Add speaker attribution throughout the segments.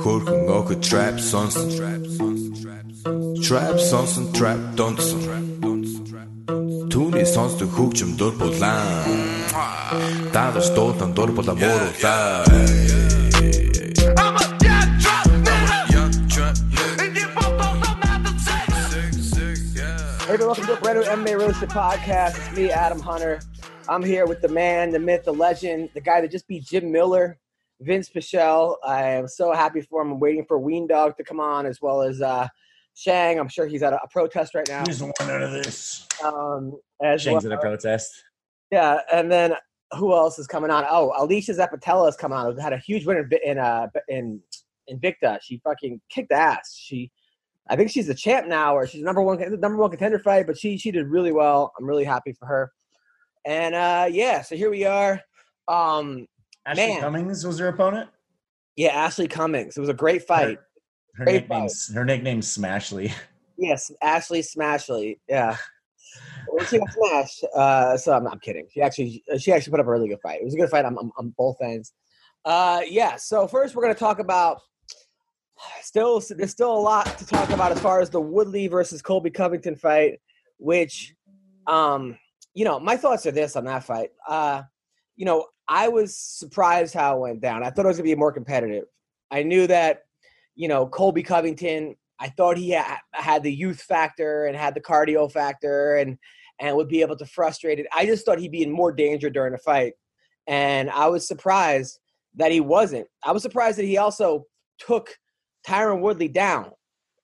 Speaker 1: Jorgen Oge Trap Sonsen Trap Sonsen Trap Donsen Tún í sonstu húkjum dörrbólan Það er stóðan dörrbóla morog það
Speaker 2: I'm a young trap nigga. And you motherfuckers don't have to take it.
Speaker 3: Hey, everyone, welcome to a brand new MMA Roasted podcast. It's me, Adam Hunter. I'm here with the man, the myth, the legend, the guy that just beat Jim Miller, Vince Pichel. I am so happy for him. I'm waiting for Ween Dog to come on, as well as uh, Shang. I'm sure he's at a, a protest right now.
Speaker 4: He's the one out of this.
Speaker 3: Um, as
Speaker 5: Shang's
Speaker 3: well-
Speaker 5: in a protest.
Speaker 3: Yeah, and then who else is coming on? Oh, Alicia Zapatella is coming on. Who had a huge win in Vi- in uh, in Invicta. She fucking kicked ass. She, I think she's the champ now, or she's the number one the number one contender fight. But she she did really well. I'm really happy for her. And uh, yeah, so here we are. Um,
Speaker 4: Ashley
Speaker 3: Man.
Speaker 4: Cummings was her opponent.
Speaker 3: yeah, Ashley Cummings. It was a great fight.
Speaker 4: Her, her
Speaker 3: Great
Speaker 4: nickname's her nickname's Smashly.
Speaker 3: Yes, Ashley Smashley. Yeah. Well, she got smashed. Uh, so I'm, I'm kidding. She actually uh, she actually put up a really good fight. It was a good fight on, on, on both ends. Uh, yeah. So first we're gonna talk about still there's still a lot to talk about as far as the Woodley versus Colby Covington fight, which um, you know my thoughts are this on that fight. Uh, you know I was surprised how it went down. I thought it was gonna be more competitive. I knew that you know, Colby Covington. I thought he ha- had the youth factor and had the cardio factor and and would be able to frustrate it. I just thought he'd be in more danger during the fight, and I was surprised that he wasn't. I was surprised that he also took Tyron Woodley down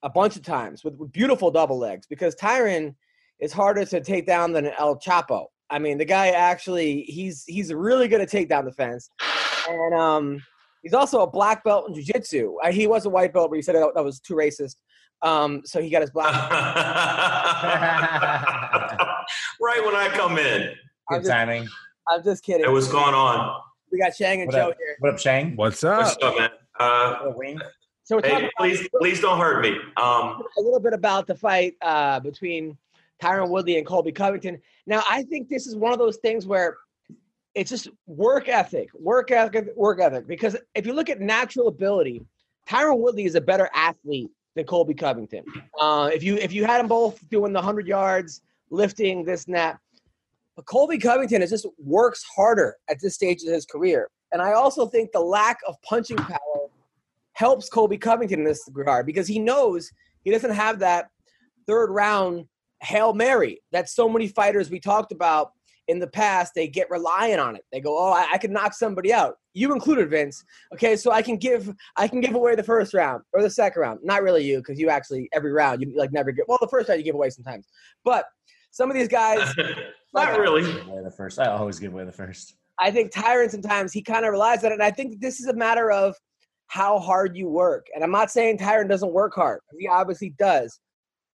Speaker 3: a bunch of times with, with beautiful double legs because Tyron is harder to take down than El Chapo. I mean, the guy actually he's he's really good at takedown defense, and um, He's also a black belt in jujitsu. Uh, He was a white belt, but he said that, that was too racist. Um, so he got his
Speaker 6: Uh-huh.
Speaker 3: black.
Speaker 6: right when I come in.
Speaker 3: I'm
Speaker 4: Good
Speaker 3: just,
Speaker 4: timing.
Speaker 3: I'm just kidding.
Speaker 6: Hey, what's going on?
Speaker 3: we got Shang and
Speaker 4: What
Speaker 3: Joe
Speaker 4: up?
Speaker 3: here.
Speaker 4: What up, Shang?
Speaker 1: What's
Speaker 6: What's
Speaker 1: up?
Speaker 6: up, man? Uh,
Speaker 4: What up, Wayne?
Speaker 3: So we're talking
Speaker 6: hey, please, please don't hurt me. Um,
Speaker 3: a little bit about the fight uh, between Tyron Woodley and Colby Covington. Now, I think this is one of those things where it's just work ethic, work ethic, work ethic. Because if you look at natural ability, Tyron Woodley is a better athlete than Colby Covington. Uh, if you if you had them both doing the hundred yards, lifting this and that, but Colby Covington is just works harder at this stage of his career. And I also think the lack of punching power helps Colby Covington in this regard because he knows he doesn't have that third round Hail Mary that so many fighters we talked about in the past, they get reliant on it. They go, Oh, I, I can knock somebody out. You included Vince. Okay, so I can give I can give away the first round or the second round. Not really you, because you actually every round you like never get well, the first round you give away sometimes. But some of these guys
Speaker 6: not really.
Speaker 4: Give away the first. I always give away the first.
Speaker 3: I think Tyron sometimes he kind of relies on it. And I think this is a matter of how hard you work. And I'm not saying Tyron doesn't work hard. He obviously does.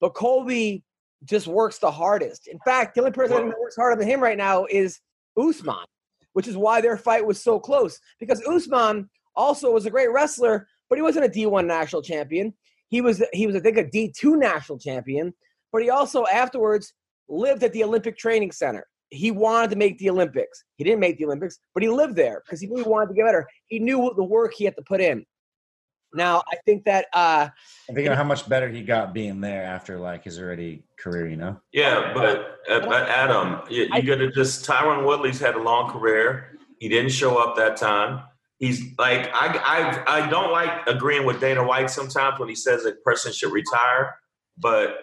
Speaker 3: But Colby just works the hardest. In fact, the only person I think that works harder than him right now is Usman, which is why their fight was so close. Because Usman also was a great wrestler, but he wasn't a D1 national champion. He was he was, I think, a D2 national champion, but he also afterwards lived at the Olympic Training Center. He wanted to make the Olympics. He didn't make the Olympics, but he lived there because he knew he wanted to get better. He knew what the work he had to put in. Now, I think that uh,
Speaker 4: I'm thinking of how much better he got being there after like his already career. You know,
Speaker 6: Yeah, but, uh, but Adam, you, you got to just. Tyron Woodley's had a long career. He didn't show up that time. He's like, I, I, I don't like agreeing with Dana White sometimes when he says a person should retire, but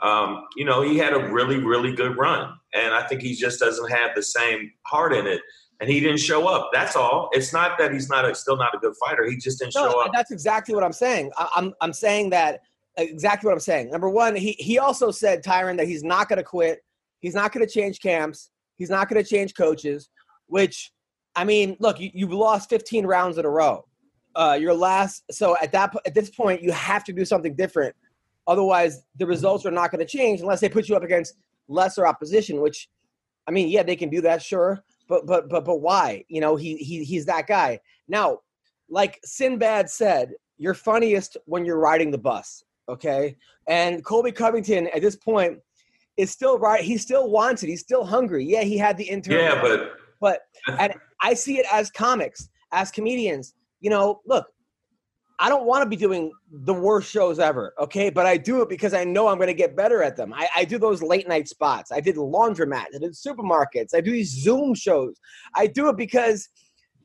Speaker 6: um, you know, he had a really, really good run. And I think he just doesn't have the same heart in it. And he didn't show up. That's all. It's not that he's not a, still not a good fighter. He just didn't show
Speaker 3: no,
Speaker 6: up.
Speaker 3: that's exactly what I'm saying. I, I'm, I'm saying that exactly what I'm saying. Number one, he, he also said, Tyron, that he's not going to quit. He's not going to change camps. He's not going to change coaches, which, I mean, look, you, you've lost 15 rounds in a row. uh, your last. So at that po- at this point, you have to do something different. Otherwise, the results are not going to change unless they put you up against lesser opposition. Which, I mean, yeah, they can do that, sure, but but but but why? You know, he he he's that guy. Now, like Sinbad said, you're funniest when you're riding the bus. Okay, and Colby Covington at this point is still right. He still wants it. He's still hungry. Yeah, he had the interim.
Speaker 6: Yeah, but
Speaker 3: But and I see it as comics, as comedians. You know, look, I don't want to be doing the worst shows ever, okay? But I do it because I know I'm going to get better at them. I, I do those late night spots. I did laundromats. I did supermarkets. I do these Zoom shows. I do it because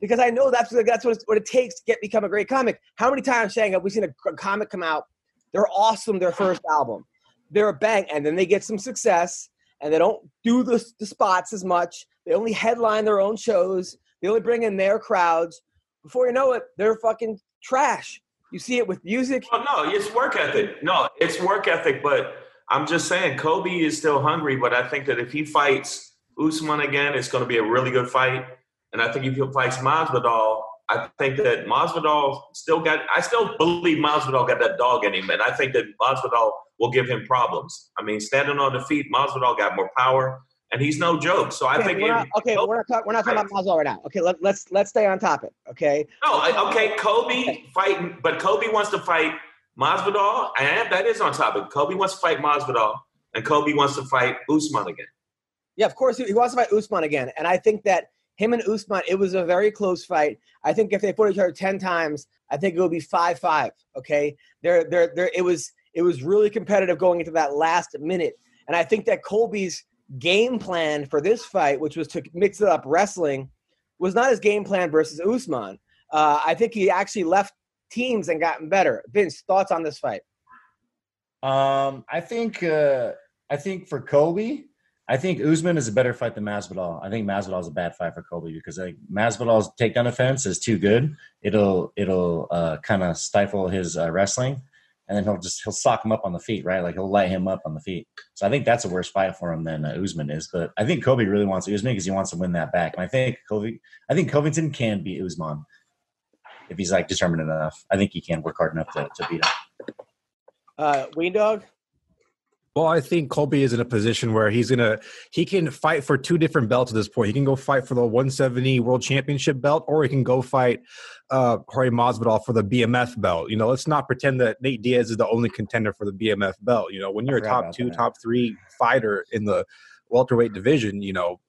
Speaker 3: because I know that's what that's what, it's, what it takes to get become a great comic. How many times, Shang, have we seen a g- comic come out? They're awesome. Their first album, they're a bang, and then they get some success, and they don't do the, the spots as much. They only headline their own shows. They only bring in their crowds. Before you know it, they're fucking trash. You see it with music.
Speaker 6: well, no, it's work ethic. No, it's work ethic. But I'm just saying, Kobe is still hungry. But I think that if he fights Usman again, it's going to be a really good fight. And I think if he fights Masvidal, I think that Masvidal still got. I still believe Masvidal got that dog in him, and I think that Masvidal will give him problems. I mean, standing on the feet, Masvidal got more power, and he's no joke. So I
Speaker 3: Okay,
Speaker 6: think
Speaker 3: we're not,
Speaker 6: if-
Speaker 3: okay, we're not, talk, we're not talking about Maslow right now. Okay, let, let's let's stay on topic. Okay,
Speaker 6: No, I- okay, Kobe fighting, but Kobe wants to fight Masvidal, and that is on topic. Kobe wants to fight Masvidal, and Kobe wants to fight Usman again.
Speaker 3: Yeah, of course. He he wants to fight Usman again. And I think that him and Usman, it was a very close fight. I think if they fought each other 10 times, I think it would be 5 5. Okay. There, there, there, it was, it was really competitive going into that last minute. And I think that Colby's game plan for this fight, which was to mix it up wrestling, was not his game plan versus Usman. Uh, I think he actually left teams and gotten better. Vince, thoughts on this fight?
Speaker 4: Um, I think uh, I think for Kobe, I think Usman is a better fight than Masvidal. I think Masvidal is a bad fight for Kobe because I think Masvidal's takedown offense is too good. It'll it'll uh, kind of stifle his uh, wrestling, and then he'll just he'll sock him up on the feet, right? Like he'll light him up on the feet. So I think that's a worse fight for him than uh, Usman is. But I think Kobe really wants Usman because he wants to win that back, and I think Kobe, I think Covington can beat Usman if he's like determined enough. I think he can work hard enough to, to beat him.
Speaker 3: Uh, Ween Dog?
Speaker 5: Well, I think Colby is in a position where he's gonna he can fight for two different belts at this point. He can go fight for the 170 World Championship belt, or he can go fight uh Jorge Masvidal for the BMF belt. You know, let's not pretend that Nate Diaz is the only contender for the BMF belt. You know, when you're a
Speaker 4: forgot
Speaker 5: top
Speaker 4: about
Speaker 5: two,
Speaker 4: that.
Speaker 5: top three fighter in the welterweight division, you know,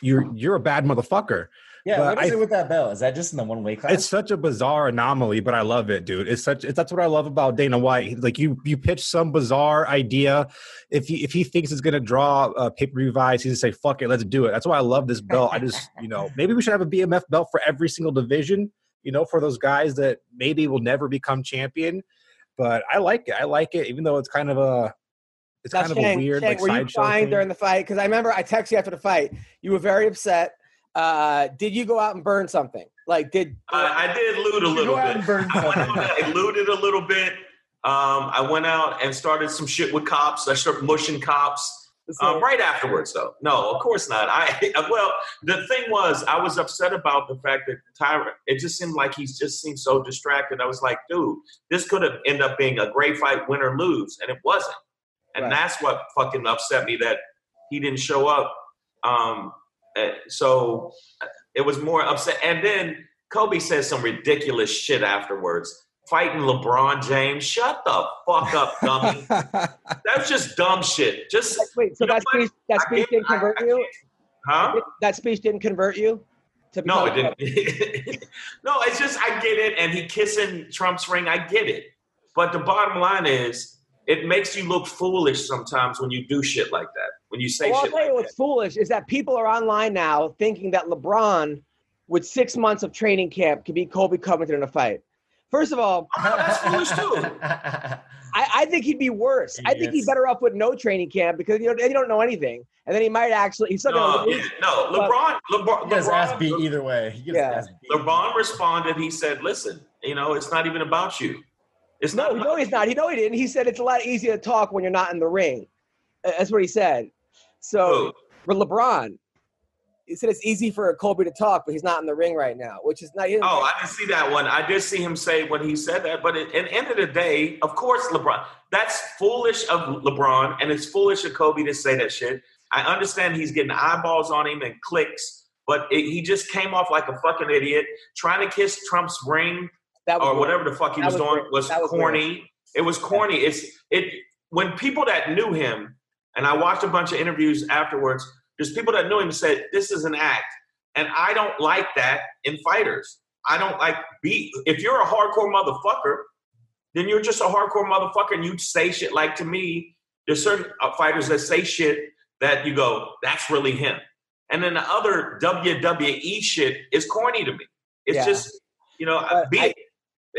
Speaker 5: you're you're a bad motherfucker.
Speaker 4: Yeah,
Speaker 5: But
Speaker 4: what is
Speaker 5: I-
Speaker 4: it with that bell? Is that just in the one weight class?
Speaker 5: It's such a bizarre anomaly, but I love it, dude. It's such it's, that's what I love about Dana White. Like you you pitch some bizarre idea. If he if he thinks it's gonna draw uh, pay per view views, he's gonna say fuck it, let's do it. That's why I love this belt. I just you know maybe we should have a BMF belt for every single division. You know for those guys that maybe will never become champion, but I like it. I like it, even though it's kind of a it's
Speaker 3: Now,
Speaker 5: kind of
Speaker 3: Shang,
Speaker 5: a weird
Speaker 3: Shang,
Speaker 5: like
Speaker 3: were you
Speaker 5: sideshow.
Speaker 3: crying
Speaker 5: thing.
Speaker 3: during the fight? Because I remember I texted you after the fight. You were very upset. Uh, did you go out and burn something? Like, did
Speaker 6: I, I did loot a little
Speaker 4: Go out
Speaker 6: bit.
Speaker 4: and burn
Speaker 6: I went
Speaker 4: something.
Speaker 6: out, I looted a little bit. Um, I went out and started some shit with cops. I started mushing cops. Um, right afterwards, though. No, of course not. I well, the thing was, I was upset about the fact that Tyron. It just seemed like he just seemed so distracted. I was like, dude, this could have ended up being a great fight, win or lose, and it wasn't. And
Speaker 3: Right.
Speaker 6: that's what fucking upset me that he didn't show up. Um, eh, so eh, it was more upset. And then Kobe says some ridiculous shit afterwards. Fighting LeBron James, shut the fuck up, dummy. That's just dumb shit. Just
Speaker 3: wait, so
Speaker 6: You know
Speaker 3: that
Speaker 6: what?
Speaker 3: speech that
Speaker 6: I
Speaker 3: speech
Speaker 6: can't-
Speaker 3: didn't
Speaker 6: I- I
Speaker 3: convert you?
Speaker 6: Huh?
Speaker 3: That speech didn't convert you? To
Speaker 6: No,
Speaker 3: become-
Speaker 6: it didn't. no, it's just I get it, and he kissing Trump's ring. I get it, but the bottom line is, it makes you look foolish sometimes when you do shit like that. When you say
Speaker 3: Well, Oh, I'll
Speaker 6: shit
Speaker 3: tell
Speaker 6: like
Speaker 3: you
Speaker 6: that.
Speaker 3: what's foolish is that people are online now thinking that LeBron, with six months of training camp, can beat Kobe Covington in a fight. First of all,
Speaker 6: Oh, that's foolish too.
Speaker 3: I, I think he'd be worse. I think he's
Speaker 4: Yes.
Speaker 3: better off with no training camp because you know they don't know anything, and then he might actually he's still gonna
Speaker 6: No,
Speaker 3: lose.
Speaker 6: yeah, no, LeBron, LeBron,
Speaker 4: He gets ass
Speaker 6: LeBron,
Speaker 4: beat either way. He gets
Speaker 3: Yeah.
Speaker 4: ass beat.
Speaker 6: LeBron responded. He said, "Listen, you know, it's not even about you. It's
Speaker 3: No,
Speaker 6: not.
Speaker 3: no, he's not. He know he didn't. He said it's a lot easier to talk when you're not in the ring. Uh, That's what he said. So
Speaker 6: Oh,
Speaker 3: for LeBron, he said it's easy for Colby to talk, but he's not in the ring right now, which is not. he didn't-
Speaker 6: Oh, I didn't see that one. I did see him say when he said that, but at the end of the day, of course, LeBron. That's foolish of LeBron, and it's foolish of Kobe to say that shit. I understand he's getting eyeballs on him and clicks, but it, he just came off like a fucking idiot trying to kiss Trump's ring
Speaker 3: that was
Speaker 6: or
Speaker 3: weird.
Speaker 6: whatever the fuck he
Speaker 3: That
Speaker 6: was,
Speaker 3: was
Speaker 6: doing
Speaker 3: weird.
Speaker 6: was,
Speaker 3: That was
Speaker 6: corny. It was corny. It's it when people that knew him, and I watched a bunch of interviews afterwards. There's people that knew him said this is an act, and I don't like that in fighters. I don't like be if you're a hardcore motherfucker, then you're just a hardcore motherfucker, and you say shit like to me. There's certain uh, fighters that say shit that you go, that's really him. And then the other WWE shit is corny to me. It's
Speaker 3: Yeah.
Speaker 6: just, you know,
Speaker 3: But
Speaker 6: be
Speaker 3: I-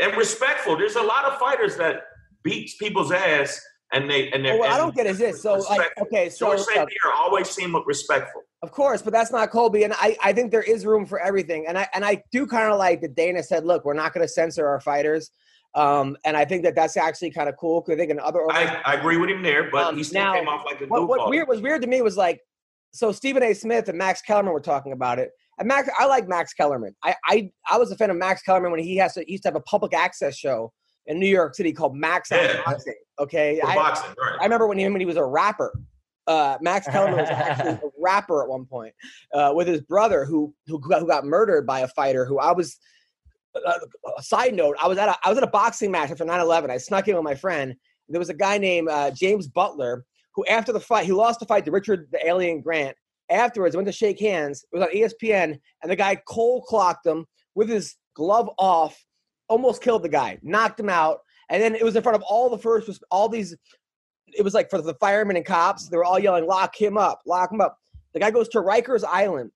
Speaker 6: and respectful. There's a lot of fighters that beats people's ass and they and they're.
Speaker 3: Oh, Well, what
Speaker 6: and
Speaker 3: I don't get is this. So, like,
Speaker 6: respectful.
Speaker 3: okay, so
Speaker 6: George St.
Speaker 3: uh,
Speaker 6: Pierre always seemed respectful.
Speaker 3: of course, but that's not Colby, and I, I think there is room for everything, and I, and I do kind of like that Dana said, look, we're not going to censor our fighters, um, and I think that that's actually kind of cool because I think in other
Speaker 6: I, I agree with him there, but
Speaker 3: Um,
Speaker 6: he still
Speaker 3: now,
Speaker 6: came off like a
Speaker 3: what, what
Speaker 6: goofball.
Speaker 3: weird was weird to me was like, so Stephen A. Smith and Max Kellerman were talking about it. And Max, I like Max Kellerman. I, I, I was a fan of Max Kellerman when he has to, he used to have a public access show in New York City called Max Out
Speaker 6: Yeah.
Speaker 3: Boxing. Okay,
Speaker 6: For
Speaker 3: I,
Speaker 6: boxing, right?
Speaker 3: I remember when he, when he was a rapper. Uh, Max Kellerman was actually a rapper at one point uh, with his brother who who got, who got murdered by a fighter who I was. Uh, a side note: I was at a I was at a boxing match after 9/11. I snuck in with my friend. There was a guy named uh, James Butler who, after the fight, he lost the fight to Richard the Alien Grant. Afterwards, went to shake hands. It was on E ESPN, and the guy cold clocked him with his glove off, almost killed the guy, knocked him out, and then it was in front of all the first, all these it was like for the firemen and cops, they were all yelling, lock him up, lock him up. The guy goes to Rikers Island,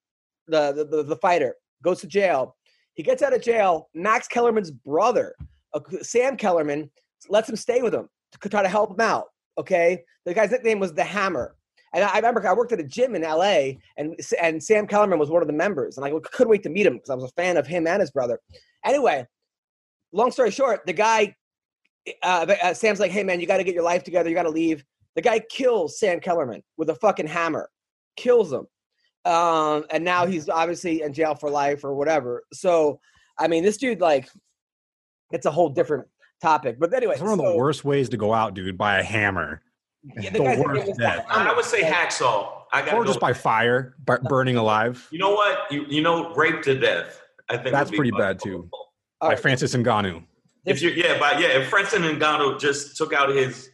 Speaker 3: the the, the, the fighter, goes to jail. He gets out of jail. Max Kellerman's brother, uh, Sam Kellerman, lets him stay with him to try to help him out. Okay. The guy's nickname was The Hammer. And I I remember I worked at a gym in LA and, S- and Sam Kellerman was one of the members. And I couldn't wait to meet him because I was a fan of him and his brother. Anyway, long story short, the guy, uh, the- uh, Sam's like, hey, man, you got to get your life together. You got to leave. The guy kills Sam Kellerman with a fucking hammer, kills him. Um, and now he's obviously in jail for life or whatever. So, I mean, this dude, like, it's a whole different topic. But anyway,
Speaker 5: It's one of the
Speaker 3: so-
Speaker 5: worst ways to go out, dude, by a hammer.
Speaker 3: yeah,
Speaker 5: the
Speaker 3: guy's
Speaker 5: worst
Speaker 3: nickname was
Speaker 5: death.
Speaker 3: Hammer.
Speaker 6: I would say hacksaw. I got
Speaker 5: Or just by fire, bu- burning alive,
Speaker 6: You know what? You, you know, rape to death. I think
Speaker 5: That's
Speaker 6: would be
Speaker 5: pretty
Speaker 6: fun.
Speaker 5: bad, too.
Speaker 3: All
Speaker 5: by
Speaker 3: right.
Speaker 5: Francis Ngannou.
Speaker 6: If you yeah, but yeah, if Francis Ngannou just took out his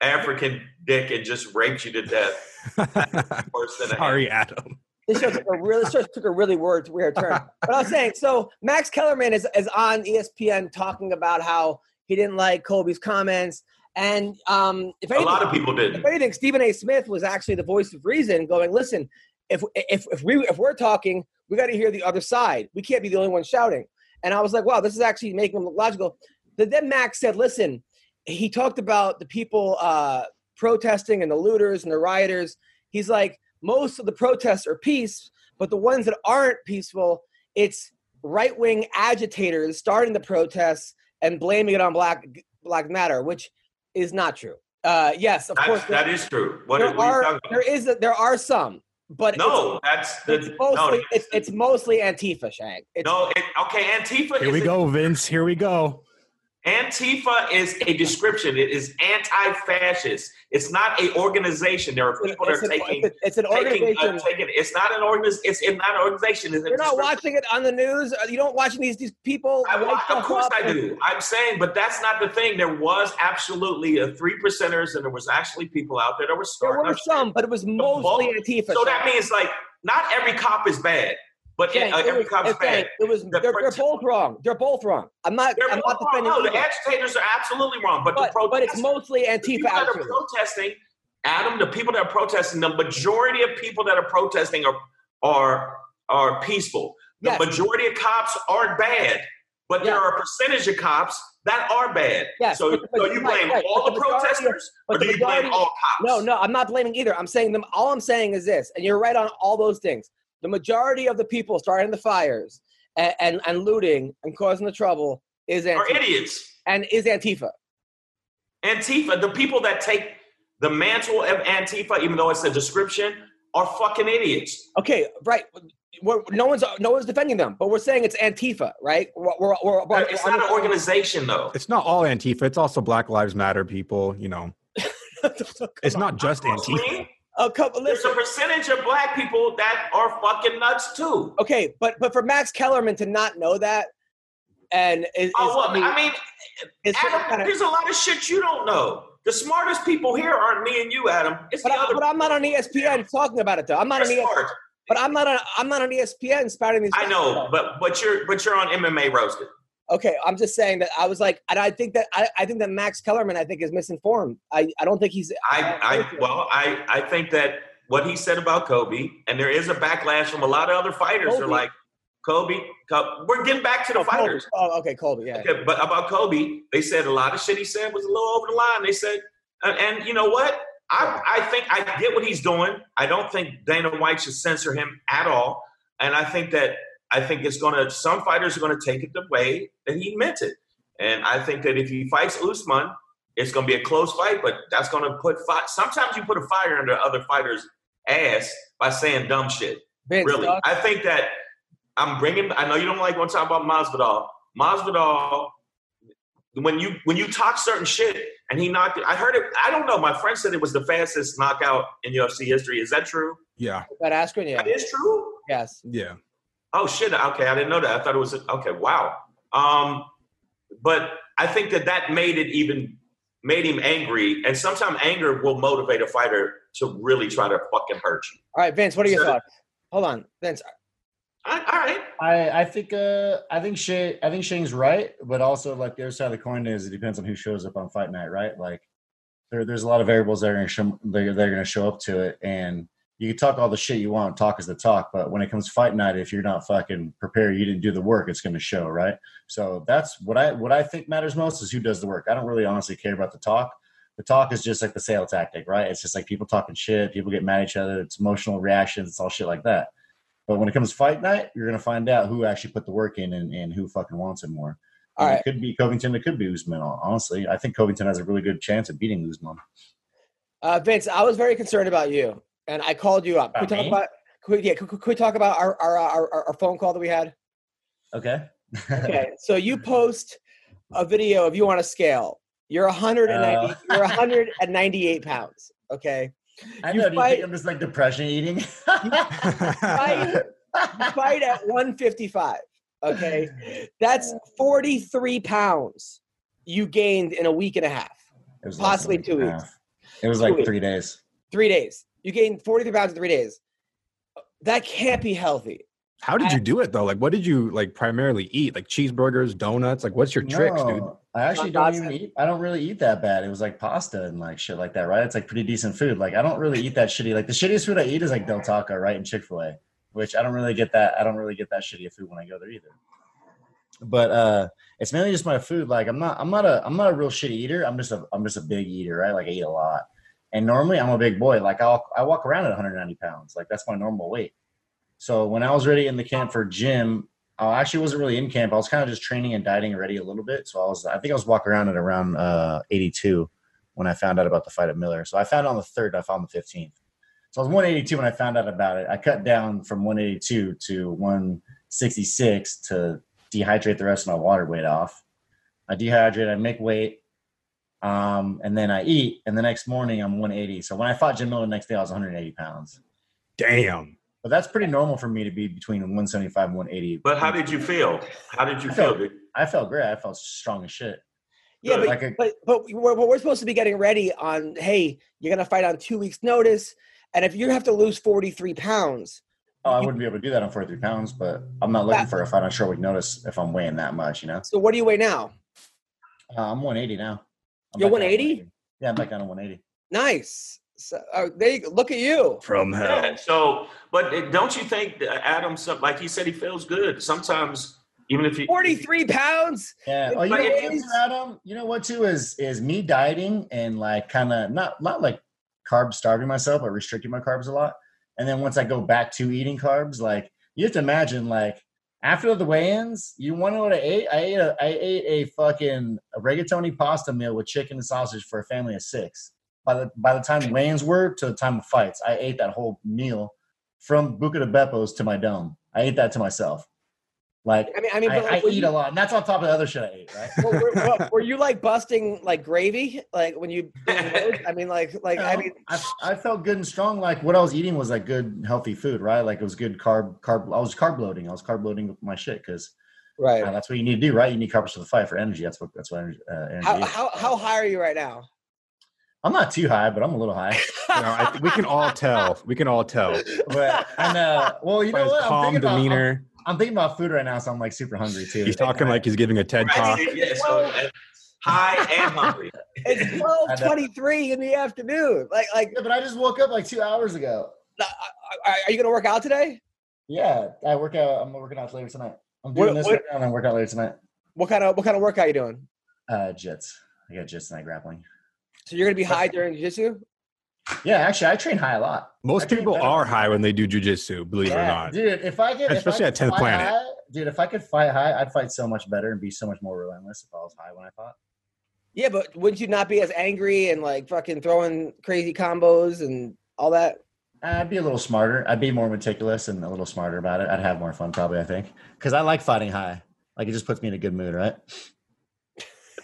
Speaker 6: African dick and just raped you to death, worse than a
Speaker 5: Sorry, Adam.
Speaker 3: This show took a really, this show took a really weird, weird turn. But I was saying, so Max Kellerman is, is on E ESPN talking about how he didn't like Kobe's comments. And um, if
Speaker 6: A
Speaker 3: anything,
Speaker 6: lot of people
Speaker 3: if
Speaker 6: didn't.
Speaker 3: anything, Stephen A. Smith was actually the voice of reason, going, "Listen, if if if we if we're talking, we got to hear the other side. We can't be the only one shouting." And I was like, "Wow, this is actually making them look logical." But then Max said, "Listen, he talked about the people uh, protesting and the looters and the rioters. He's like, most of the protests are peace, but the ones that aren't peaceful, it's right wing agitators starting the protests and blaming it on black black matter, which is not true." Uh, yes, of course.
Speaker 6: That's, that is true. What,
Speaker 3: there
Speaker 6: are, what are you
Speaker 3: are
Speaker 6: talking about?
Speaker 3: there is a, there are some, but
Speaker 6: No, that's the
Speaker 3: it's, it's mostly
Speaker 6: no,
Speaker 3: it's, it's mostly Antifa, Shang. It's,
Speaker 6: no. It, okay, Antifa.
Speaker 5: Here
Speaker 6: is
Speaker 5: we
Speaker 6: a-
Speaker 5: go, Vince. Here we go.
Speaker 6: Antifa is a description. It is anti-fascist. It's not a organization. There are
Speaker 3: it's,
Speaker 6: people that are
Speaker 3: an,
Speaker 6: taking.
Speaker 3: it's, it's an
Speaker 6: Taking,
Speaker 3: organization.
Speaker 6: uh, taking, it's not an organization. It's, it's not an organization. It's a
Speaker 3: You're not
Speaker 6: description.
Speaker 3: watching it on the news. Uh, You don't watching these these people.
Speaker 6: I,
Speaker 3: wake
Speaker 6: wa- of
Speaker 3: up
Speaker 6: course
Speaker 3: up
Speaker 6: I
Speaker 3: and-
Speaker 6: do. I'm saying, but that's not the thing. There was absolutely a three percenters, and there was actually people out there that were
Speaker 3: There
Speaker 6: starting.
Speaker 3: were
Speaker 6: up shit.
Speaker 3: some, but it was mostly
Speaker 6: bulk-
Speaker 3: Antifa.
Speaker 6: So that
Speaker 3: Shaq.
Speaker 6: means like not every cop is bad, but
Speaker 3: Shaq,
Speaker 6: uh,
Speaker 3: it
Speaker 6: every
Speaker 3: was-
Speaker 6: cop's
Speaker 3: Shaq,
Speaker 6: bad.
Speaker 3: It was. They're, they're
Speaker 6: partic-
Speaker 3: both wrong. They're both wrong. I'm not.
Speaker 6: They're
Speaker 3: I'm
Speaker 6: both
Speaker 3: not
Speaker 6: wrong.
Speaker 3: defending.
Speaker 6: No, the
Speaker 3: either.
Speaker 6: agitators are absolutely wrong, but,
Speaker 3: but,
Speaker 6: the
Speaker 3: but it's
Speaker 6: protesters-
Speaker 3: mostly
Speaker 6: the
Speaker 3: Antifa.
Speaker 6: people that are
Speaker 3: actually.
Speaker 6: protesting, Adam, the people that are protesting, the majority of people that are protesting are are are peaceful. The
Speaker 3: Yes.
Speaker 6: majority of cops aren't bad, but there
Speaker 3: Yeah.
Speaker 6: are a percentage of cops that are bad.
Speaker 3: Yes,
Speaker 6: so,
Speaker 3: but the-
Speaker 6: so you
Speaker 3: right,
Speaker 6: blame
Speaker 3: right,
Speaker 6: all
Speaker 3: but
Speaker 6: the,
Speaker 3: the majority of-
Speaker 6: protesters,
Speaker 3: but
Speaker 6: or
Speaker 3: the
Speaker 6: do you blame
Speaker 3: majority-
Speaker 6: all cops?
Speaker 3: No, no, I'm not blaming either. I'm saying them. All I'm saying is this, and you're right on all those things. The majority of the people starting the fires and and, and looting and causing the trouble is
Speaker 6: are
Speaker 3: Antifa,
Speaker 6: idiots.
Speaker 3: and is Antifa.
Speaker 6: Antifa, the people that take the mantle of Antifa, even though it's a description, are fucking idiots.
Speaker 3: Okay, right. we're, no one's no one's defending them, but we're saying it's Antifa, right? We're, we're, we're, we're-
Speaker 6: It's not an organization, though.
Speaker 5: It's not all Antifa. It's also Black Lives Matter people. You know, it's not just Antifa.
Speaker 3: a couple.
Speaker 6: There's
Speaker 3: Listen,
Speaker 6: a percentage of black people that are fucking nuts too.
Speaker 3: okay, but but for Max Kellerman to not know that, and is, is-
Speaker 6: Oh, well, I mean,
Speaker 3: is sort of
Speaker 6: Adam,
Speaker 3: kinda-
Speaker 6: there's a lot of shit you don't know. The smartest people here aren't me and you, Adam. It's
Speaker 3: but,
Speaker 6: the
Speaker 3: I,
Speaker 6: other.
Speaker 3: but I'm not on E ESPN talking about it though. I'm not on E
Speaker 6: They're
Speaker 3: ESPN,
Speaker 6: smart.
Speaker 3: but I'm not on I'm not on E ESPN spouting these.
Speaker 6: I
Speaker 3: facts,
Speaker 6: know,
Speaker 3: though.
Speaker 6: but but you're but you're on MMA roasted.
Speaker 3: Okay, I'm just saying that I was like, and I think that I, I think that Max Kellerman I think is misinformed. I, I don't think he's.
Speaker 6: I, I well, I I think that what he said about Kobe, and there is a backlash from a lot of other fighters. They're
Speaker 3: Kobe.
Speaker 6: like, Kobe, Co- we're getting back to the
Speaker 3: oh, Colby.
Speaker 6: fighters.
Speaker 3: Oh, okay, Colby. Yeah.
Speaker 6: Okay, but about Kobe, they said a lot of shit he said was a little over the line. They said, and, and you know what? I, I think I get what he's doing. I don't think Dana White should censor him at all. And I think that I think it's gonna some fighters are gonna take it the way that he meant it. And I think that if he fights Usman, it's gonna be a close fight, but that's gonna put fire. Sometimes you put a fire under other fighters' ass by saying dumb shit.
Speaker 3: Vince,
Speaker 6: Really,
Speaker 3: dog.
Speaker 6: I think that I'm bringing. I know you don't like when I talk about Masvidal. Masvidal, when you when you talk certain shit and he knocked it, I heard it. I don't know. My friend said it was the fastest knockout in UFC history. Is that true?
Speaker 5: Yeah,
Speaker 3: That Askren, yeah.
Speaker 6: That is true.
Speaker 3: Yes.
Speaker 5: yeah.
Speaker 6: Oh shit! Okay, I didn't know that. I thought it was okay. Wow. Um, but I think that that made it even made him angry, and sometimes anger will motivate a fighter to really try to fucking hurt you.
Speaker 3: All right, Vince, what are your
Speaker 6: So-
Speaker 3: thoughts? Hold on, Vince.
Speaker 6: All right, all right.
Speaker 4: I, I think uh I think Shay I think Shane's right, but also like the other side of the coin is it depends on who shows up on fight night, right? Like there, there's a lot of variables that are gonna show they're, they're gonna show up to it, and you can talk all the shit you want. Talk is the talk, but when it comes to fight night, if you're not fucking prepared, you didn't do the work, it's gonna show, right? So that's what I what I think matters most is who does the work. I don't really honestly care about the talk. The talk is just like the sale tactic, right? It's just like people talking shit, people get mad at each other, it's emotional reactions, it's all shit like that. But when it comes to fight night, you're gonna find out who actually put the work in and, and who fucking wants it more.
Speaker 3: All
Speaker 6: Mm-hmm.
Speaker 4: And
Speaker 3: right.
Speaker 4: It could be Covington. It could be Usman. hon- Honestly, I think Covington has a really good chance of beating Usman.
Speaker 3: Uh, Vince, I was very concerned about you, and I called you up. Could we
Speaker 4: About
Speaker 3: talk
Speaker 4: me?
Speaker 3: about? Could we, yeah, could, could we talk about our our, uh, our our- our phone call that we had?
Speaker 4: Okay.
Speaker 3: Okay, so you post a video of you on a scale. You're
Speaker 4: Uh.
Speaker 3: 190. You're 198 pounds. Okay,
Speaker 4: I
Speaker 3: You
Speaker 4: know. Do you
Speaker 3: fight-
Speaker 4: think I'm just like depression eating?
Speaker 3: fight- you fight at 155. Okay, that's 43 pounds you gained in a week and a half,
Speaker 4: It was less than
Speaker 3: possibly
Speaker 4: a week
Speaker 3: two
Speaker 4: and a
Speaker 3: weeks.
Speaker 4: half. It was
Speaker 3: Two
Speaker 4: like
Speaker 3: weeks.
Speaker 4: three days.
Speaker 3: three days. You gained 43 pounds in three days. That can't be healthy.
Speaker 5: How did you do it though? Like, what did you like primarily eat? Like cheeseburgers, donuts. Like, what's your tricks, dude?
Speaker 4: No, I actually
Speaker 3: Not
Speaker 4: don't even eat. I don't really eat that bad. It was like pasta and like shit like that, right? It's like pretty decent food. Like I don't really eat that shitty. Like the shittiest food I eat is like Del Taco, right, and Chick Fil A, which I don't really get that. I don't really get that shitty of food when I go there either. But uh it's mainly just my food. Like I'm not. I'm not a. I'm not a real shitty eater. I'm just a. I'm just a big eater, right? Like I eat a lot. And normally I'm a big boy. Like I'll. I walk around at 190 pounds. Like that's my normal weight. So when I was already in the camp for gym, Uh, I actually wasn't really in camp. I was kind of just training and dieting already a little bit. So I was, I think I was walking around at around uh, 82 when I found out about the fight at Miller. So I found out on the third, I found the 15th. So I was 182 when I found out about it. I cut down from 182 to 166 to dehydrate the rest of my water weight off. I dehydrate, I make weight, um, and then I eat. And the next morning, I'm 180. So when I fought Jim Miller the next day, I was 180 pounds.
Speaker 5: Damn.
Speaker 4: But that's pretty normal for me to be between 175 and 180.
Speaker 6: But how did you feel? How did you
Speaker 4: I
Speaker 6: feel?
Speaker 4: felt- I felt great. I felt strong as shit.
Speaker 3: Yeah, but
Speaker 4: Like a-
Speaker 3: but but we're, we're supposed to be getting ready on. Hey, you're gonna fight on two weeks' notice, and if you have to lose 43 pounds,
Speaker 4: Oh, I wouldn't be able to do that on 43 pounds, but I'm not looking for a fight on short week notice if I'm weighing that much, you know?
Speaker 3: so what do you weigh now?
Speaker 4: Uh, I'm 180 now. I'm
Speaker 3: You're
Speaker 4: back down to
Speaker 3: 180?
Speaker 4: Yeah, I'm back down to 180.
Speaker 3: Nice. So uh, there you go. look at you.
Speaker 5: From
Speaker 6: Yeah, so, but it- don't you think that Adam, some- like he said, he feels good sometimes, even if you
Speaker 3: 43 pounds.
Speaker 4: Yeah. Oh, you know
Speaker 6: But
Speaker 4: what,
Speaker 6: it
Speaker 4: too,
Speaker 3: is-
Speaker 4: Adam? You know what too is is me dieting and like kind of not not like carb starving myself, but restricting my carbs a lot. And then once I go back to eating carbs, like you have to imagine like after the weigh-ins, you want to know what I ate? I ate a I ate a fucking rigatoni pasta meal with chicken and sausage for a family of six. By the by the time weigh-ins were to the time of fights, I ate that whole meal from Buca de Beppo's to my dome. I eat that to myself. Like
Speaker 3: I mean, I
Speaker 4: I,
Speaker 3: mean, but
Speaker 4: I
Speaker 3: like, were
Speaker 4: eat
Speaker 3: you-
Speaker 4: a lot, and that's on top of the other shit I ate, right?
Speaker 3: well, were, well, were you like busting like gravy, like when you? I mean, like, like I mean,
Speaker 4: I, I felt good and strong. Like what I was eating was like good, healthy food, right? Like it was good carb, carb. I was carb loading. I was carb loading my shit because
Speaker 3: right.
Speaker 4: that's what you need to do, right? You need carbs for the fight for energy. That's what that's what energy. Uh, energy
Speaker 3: How,
Speaker 4: is.
Speaker 3: how how high are you right now?
Speaker 4: I'm not too high, but I'm a little high.
Speaker 5: You know, I, we can all tell. We can all tell.
Speaker 4: But and uh, well, you
Speaker 5: By
Speaker 4: know
Speaker 5: his
Speaker 4: what? I'm
Speaker 5: calm
Speaker 4: thinking, about, I'm,
Speaker 5: demeanor.
Speaker 4: I'm thinking about food right now, so I'm like super hungry too.
Speaker 5: He's talking like he's giving a TED
Speaker 6: Right,
Speaker 5: talk.
Speaker 6: see, yeah, so, uh, high and hungry.
Speaker 3: It's twelve twenty three in the afternoon. Like like,
Speaker 4: Yeah, but I just woke up like two hours ago.
Speaker 3: are, are you gonna work out today?
Speaker 4: Yeah, I work out. I'm working out later tonight. I'm doing
Speaker 3: What-
Speaker 4: this
Speaker 3: what-
Speaker 4: right now, and I work out later tonight.
Speaker 3: What kind of what kind of workout you doing?
Speaker 4: Uh, jits. I got jits tonight grappling.
Speaker 3: So you're gonna be high during jiu-jitsu?
Speaker 4: Yeah, actually, I train high a lot. I
Speaker 5: Most
Speaker 4: train
Speaker 5: people
Speaker 4: better-
Speaker 5: are high when they do jujitsu, believe it or
Speaker 4: Yeah,
Speaker 5: not.
Speaker 4: dude. If I could, if I
Speaker 5: Especially
Speaker 4: could
Speaker 5: at 10th
Speaker 4: fight
Speaker 5: Planet.
Speaker 4: high- dude. If I could fight high, I'd fight so much better and be so much more relentless if I was high when I fought.
Speaker 3: Yeah, but wouldn't you not be as angry and like fucking throwing crazy combos and all that?
Speaker 4: I'd be a little smarter. I'd be more meticulous and a little smarter about it. I'd have more fun, probably. I think because I like fighting high. Like it just puts me in a good mood, right?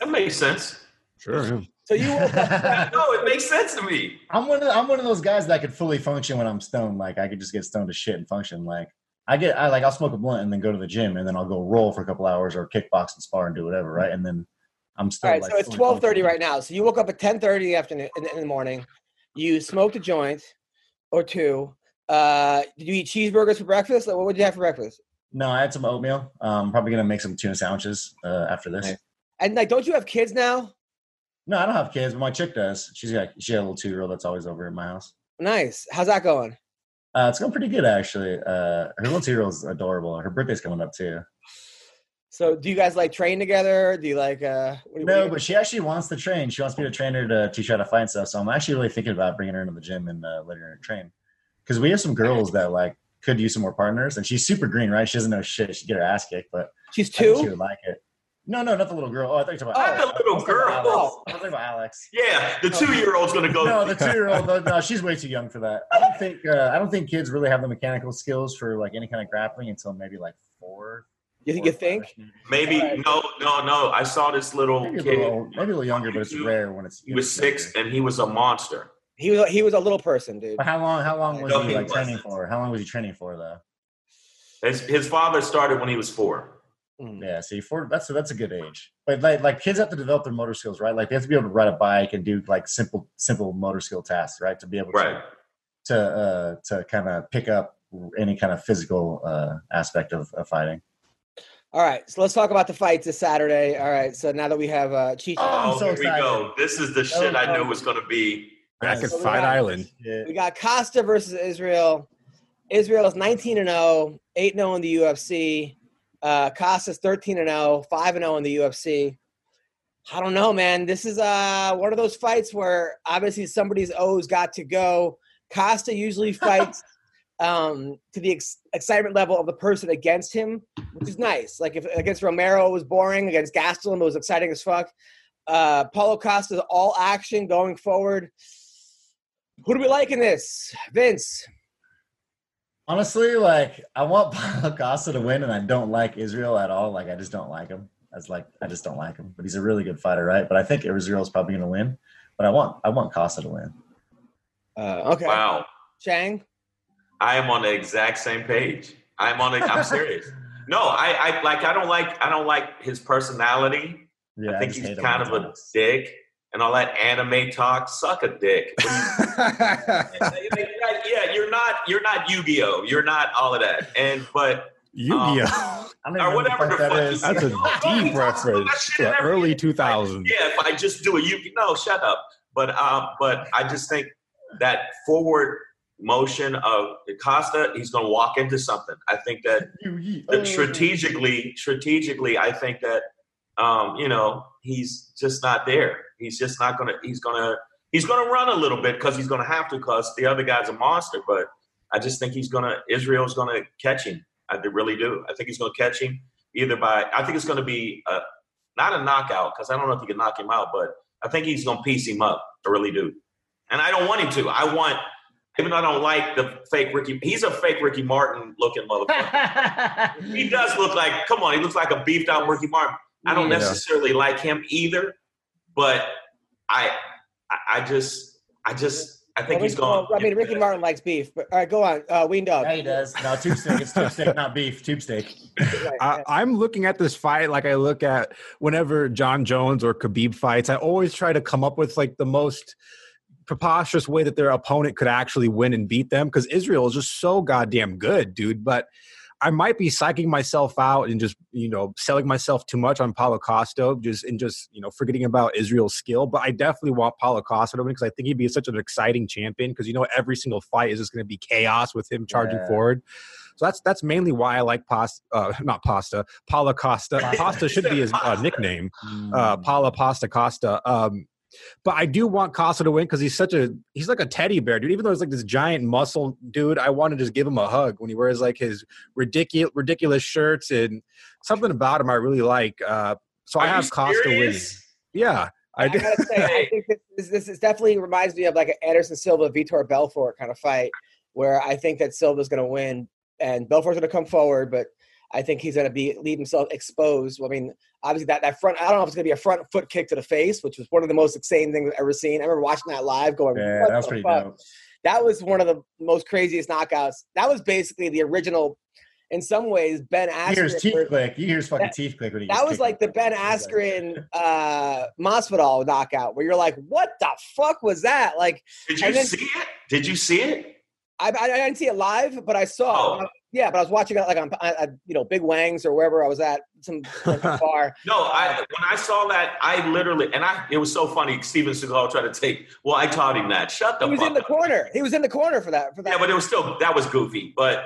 Speaker 6: That makes sense.
Speaker 5: Sure. yeah.
Speaker 3: So you woke up.
Speaker 6: No, it makes sense to me.
Speaker 4: I'm one of the, I'm one of those guys that could fully function when I'm stoned. Like I could just get stoned to shit and function. Like I get I like I'll smoke a blunt and then go to the gym and then I'll go roll for a couple hours or kickbox and spar and do whatever, right? And then I'm still
Speaker 3: all right,
Speaker 4: like,
Speaker 3: so it's
Speaker 4: fully
Speaker 3: twelve thirty
Speaker 4: functioning.
Speaker 3: right now. So you woke up at ten thirty in the afternoon in the, in the morning. You smoked a joint or two. Uh, did you eat cheeseburgers for breakfast? Like, what would you have for breakfast?
Speaker 4: No, I had some oatmeal. Um, probably gonna make some tuna sandwiches uh, after this.
Speaker 3: Nice. And like, don't you have kids now?
Speaker 4: No, I don't have kids, but my chick does. She's got she had a little two year old that's always over at my house.
Speaker 3: Nice. How's that going?
Speaker 4: Uh, it's going pretty good actually. Uh, her little two year old's adorable. Her birthday's coming up too.
Speaker 3: So do you guys like train together? Do you like uh? What, do you-
Speaker 4: No,
Speaker 3: what
Speaker 4: but she actually wants to train. She wants me to train her to teach her how to fight and stuff. So I'm actually really thinking about bringing her into the gym and uh, letting her train. Because we have some girls that like could use some more partners, and she's super green, right? She doesn't know shit. She'd get her ass kicked, but
Speaker 3: do you- she's
Speaker 4: I think she
Speaker 3: two.
Speaker 4: would like it. No, no, not the little girl. Oh, I thought you were
Speaker 6: Not
Speaker 4: talking
Speaker 6: the
Speaker 4: about
Speaker 6: little girl.
Speaker 4: I was thinking about Alex. I was thinking about Alex.
Speaker 6: Yeah, the two-year-old's gonna go.
Speaker 4: No, the two-year-old. No, she's way too young for that. I don't think. Uh, I don't think kids really have the mechanical skills for like any kind of grappling until maybe like four.
Speaker 3: You think
Speaker 4: four
Speaker 3: you
Speaker 4: or five-ish,
Speaker 3: think?
Speaker 4: maybe.
Speaker 6: Maybe no, no, no. I saw this little
Speaker 4: Maybe a
Speaker 6: kid.
Speaker 4: little, maybe a little younger, but it's
Speaker 6: He-
Speaker 4: rare when it's.
Speaker 6: He was six, and he was a monster.
Speaker 3: He was he was a little person, dude.
Speaker 4: But how long? How long was
Speaker 6: No,
Speaker 4: he
Speaker 6: he
Speaker 4: like training
Speaker 6: wasn't.
Speaker 4: for? How long was he training for though?
Speaker 6: His, his father started when he was four.
Speaker 3: Mm.
Speaker 4: Yeah, see, four. That's that's a good age. But like, like kids have to develop their motor skills, right? Like they have to be able to ride a bike and do like simple, simple motor skill tasks, right? To be able
Speaker 6: Right.
Speaker 4: to to uh, to kind of pick up any kind of physical uh, aspect of, of fighting.
Speaker 3: All right, so let's talk about the fights this Saturday. All right, so now that we have uh, Cheech,
Speaker 4: I'm
Speaker 6: Oh,
Speaker 4: so
Speaker 6: here we go.
Speaker 4: excited.
Speaker 6: This is the shit I knew was gonna be.
Speaker 5: Back at
Speaker 3: So we
Speaker 5: Fight
Speaker 3: got-
Speaker 5: Island.
Speaker 4: Yeah.
Speaker 3: we got Costa versus Israel. Israel is 19 and 0, 8 and 0 in the UFC. Uh, Costa's 13 and 0, 5 and 0 in the UFC. I don't know, man. This is uh one of those fights where obviously somebody's O's got to go. Costa usually fights um, to the ex- excitement level of the person against him, which is nice. Like if against Romero it was boring, against Gastelum it was exciting as fuck. Uh, Paulo Costa's all action going forward. Who do we like in this, Vince?
Speaker 4: Honestly, like I want Paulo Costa to win, and I don't like Israel at all. Like I just don't like him. As like I just don't like him. But he's a really good fighter, right? But I think Israel's probably going to win. But I want I want Costa to win.
Speaker 3: Uh, okay,
Speaker 6: Wow.
Speaker 3: Chang.
Speaker 6: I am on the exact same page. I'm on. A, I'm serious. No, I, I like. I don't like. I don't like his personality.
Speaker 4: Yeah,
Speaker 6: I think
Speaker 4: just
Speaker 6: he's
Speaker 4: hate him
Speaker 6: kind
Speaker 4: all
Speaker 6: of
Speaker 4: the
Speaker 6: a
Speaker 4: time.
Speaker 6: dick and all that anime talk. Suck a dick. yeah, you're not. You're not Yu-Gi-Oh. You're not all of that. And but um,
Speaker 5: Yu-Gi-Oh!
Speaker 4: I don't even
Speaker 6: or
Speaker 4: know who the
Speaker 6: whatever
Speaker 4: fuck
Speaker 6: the fuck
Speaker 4: that is.
Speaker 6: you-
Speaker 5: That's a deep reference to the early 2000s.
Speaker 6: yeah, if I just do a Yu, no, shut up. But uh, but I just think that forward motion of Costa, he's going to walk into something. I think that
Speaker 4: Yu-Gi-Oh.
Speaker 6: that Uh, strategically, strategically, I think that um, you know he's just not there. He's just not gonna. He's gonna. He's gonna run a little bit because he's gonna have to because the other guy's a monster. But I just think he's gonna. Israel's gonna catch him. I do- really do. I think he's gonna catch him either by. I think it's gonna be a, not a knockout because I don't know if he can knock him out, but I think he's gonna piece him up. I really do. And I don't want him to. I want even though I don't like the fake Ricky. He's a fake Ricky Martin looking motherfucker. he does look like, come on, he looks like a beefed out Ricky Martin. I don't
Speaker 5: Yeah.
Speaker 6: necessarily like him either, but I, I, I just, I just, I think
Speaker 3: Well,
Speaker 6: he's
Speaker 3: Ricky-
Speaker 6: gone.
Speaker 3: well, I mean, Ricky Martin likes beef, but all right, go on. Uh, Ween Dog.
Speaker 4: yeah, he does. No, tube steak. It's tube steak, not beef. Tube steak.
Speaker 3: Right,
Speaker 5: I,
Speaker 3: right.
Speaker 5: I'm looking at this fight like I look at whenever John Jones or Khabib fights. I always try to come up with like the most preposterous way that their opponent could actually win and beat them because Israel is just so goddamn good, dude. But I might be psyching myself out and just you know selling myself too much on Paulo Costa, just and just you know forgetting about Israel's skill. But I definitely want Paulo Costa to win because I think he'd be such an exciting champion because you know every single fight is just going to be chaos with him charging
Speaker 4: Yeah.
Speaker 5: forward. So that's that's mainly why I like pasta, uh, not pasta, Paula Costa.
Speaker 4: Pasta.
Speaker 5: Pasta should be his uh,
Speaker 6: Pasta.
Speaker 5: nickname, uh,
Speaker 3: Mm.
Speaker 5: Paula Pasta Costa. Um, but I do want Costa to win because he's such a he's like a teddy bear, dude. Even though he's like this giant muscle dude, I want to just give him a hug when he wears like his ridiculous ridiculous shirts and something about him I really like. Uh, so I
Speaker 6: Are you
Speaker 5: have Costa winning.
Speaker 6: serious?
Speaker 5: Yeah, I
Speaker 3: I
Speaker 5: do.
Speaker 3: gotta say, I think this, this, this is definitely reminds me of like an Anderson Silva Vitor Belfort kind of fight, where I think that Silva's gonna win and Belfort's gonna come forward, but I think he's gonna be leave himself exposed. Well, I mean, obviously that that front I don't know if it's gonna be a front foot kick to the face, which was one of the most insane things I've ever seen. I remember watching that live, going,
Speaker 4: Yeah,
Speaker 3: "What
Speaker 4: that was
Speaker 3: the
Speaker 4: pretty
Speaker 3: fuck?"
Speaker 4: dope.
Speaker 3: that was one of the most craziest knockouts. That was basically the original, in some ways, Ben
Speaker 4: You hear his
Speaker 3: Askren.
Speaker 4: teeth
Speaker 3: ver-
Speaker 4: click. You hear his fucking
Speaker 3: That-
Speaker 4: teeth click when he gets
Speaker 3: That was
Speaker 4: kicked.
Speaker 3: like the Ben Askren uh, Masvidal knockout, where you're like, "What the fuck was that?" Like,
Speaker 6: Did you
Speaker 3: And then-
Speaker 6: see it? Did you see it?
Speaker 3: I, I, I didn't see it live, but I saw. it.
Speaker 6: Oh.
Speaker 3: Yeah, but I was watching it like on, I, I- you know, Big Wangs or wherever I was at, some some bar.
Speaker 6: No, I when I saw that, I literally and I it was so funny. Steven Seagal tried to take. Well, I taught him that. Shut the
Speaker 3: He was
Speaker 6: fuck
Speaker 3: in the
Speaker 6: up.
Speaker 3: corner. He was in the corner for that. For that.
Speaker 6: Yeah, but it was still that was goofy. But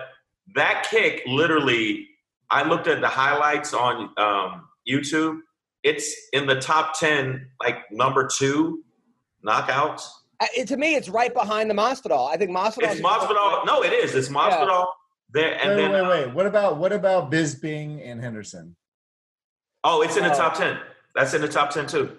Speaker 6: that kick, literally, I looked at the highlights on um, YouTube. It's in the top ten, like number two knockouts.
Speaker 3: I- Uh, it- to me, it's right behind the Masvidal. I think Masvidal.
Speaker 6: It's Masvidal. No, it is. It's Masvidal. There and
Speaker 4: wait,
Speaker 6: then uh,
Speaker 4: wait, wait. What about what about Bisbing and Henderson?
Speaker 6: oh, it's in the
Speaker 3: Oh.
Speaker 6: top ten. That's in the top ten too.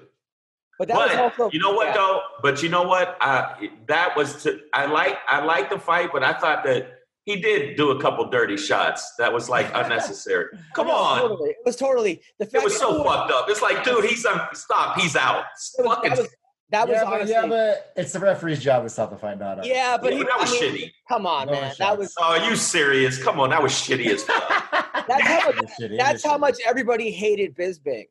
Speaker 3: But that was
Speaker 6: But
Speaker 3: also.
Speaker 6: you know what
Speaker 3: Oh, yeah.
Speaker 6: though? But you know what? I that was to, I like I like the fight, but I thought that he did do a couple dirty shots. That was like unnecessary. Come
Speaker 3: No,
Speaker 6: on.
Speaker 3: Totally. It was totally. The fact
Speaker 6: It was
Speaker 3: that-
Speaker 6: so fucked up. It's like, dude, he's on stop. He's out.
Speaker 3: That was,
Speaker 6: Fucking-
Speaker 3: that was, that was
Speaker 4: yeah, but,
Speaker 3: honestly.
Speaker 4: yeah, but it's the referee's job to stop the fight, not us.
Speaker 3: yeah, but
Speaker 6: Yeah,
Speaker 3: he,
Speaker 6: that was
Speaker 3: I mean,
Speaker 6: shitty.
Speaker 3: Come on,
Speaker 4: No
Speaker 3: man.
Speaker 4: one
Speaker 3: That
Speaker 4: shot.
Speaker 3: was
Speaker 6: Oh, are you serious? Come on, that was shitty as fuck.
Speaker 3: that's how much,
Speaker 4: It is shitty, it
Speaker 3: that's
Speaker 4: is
Speaker 3: how
Speaker 4: shitty.
Speaker 3: much everybody hated Bisbing,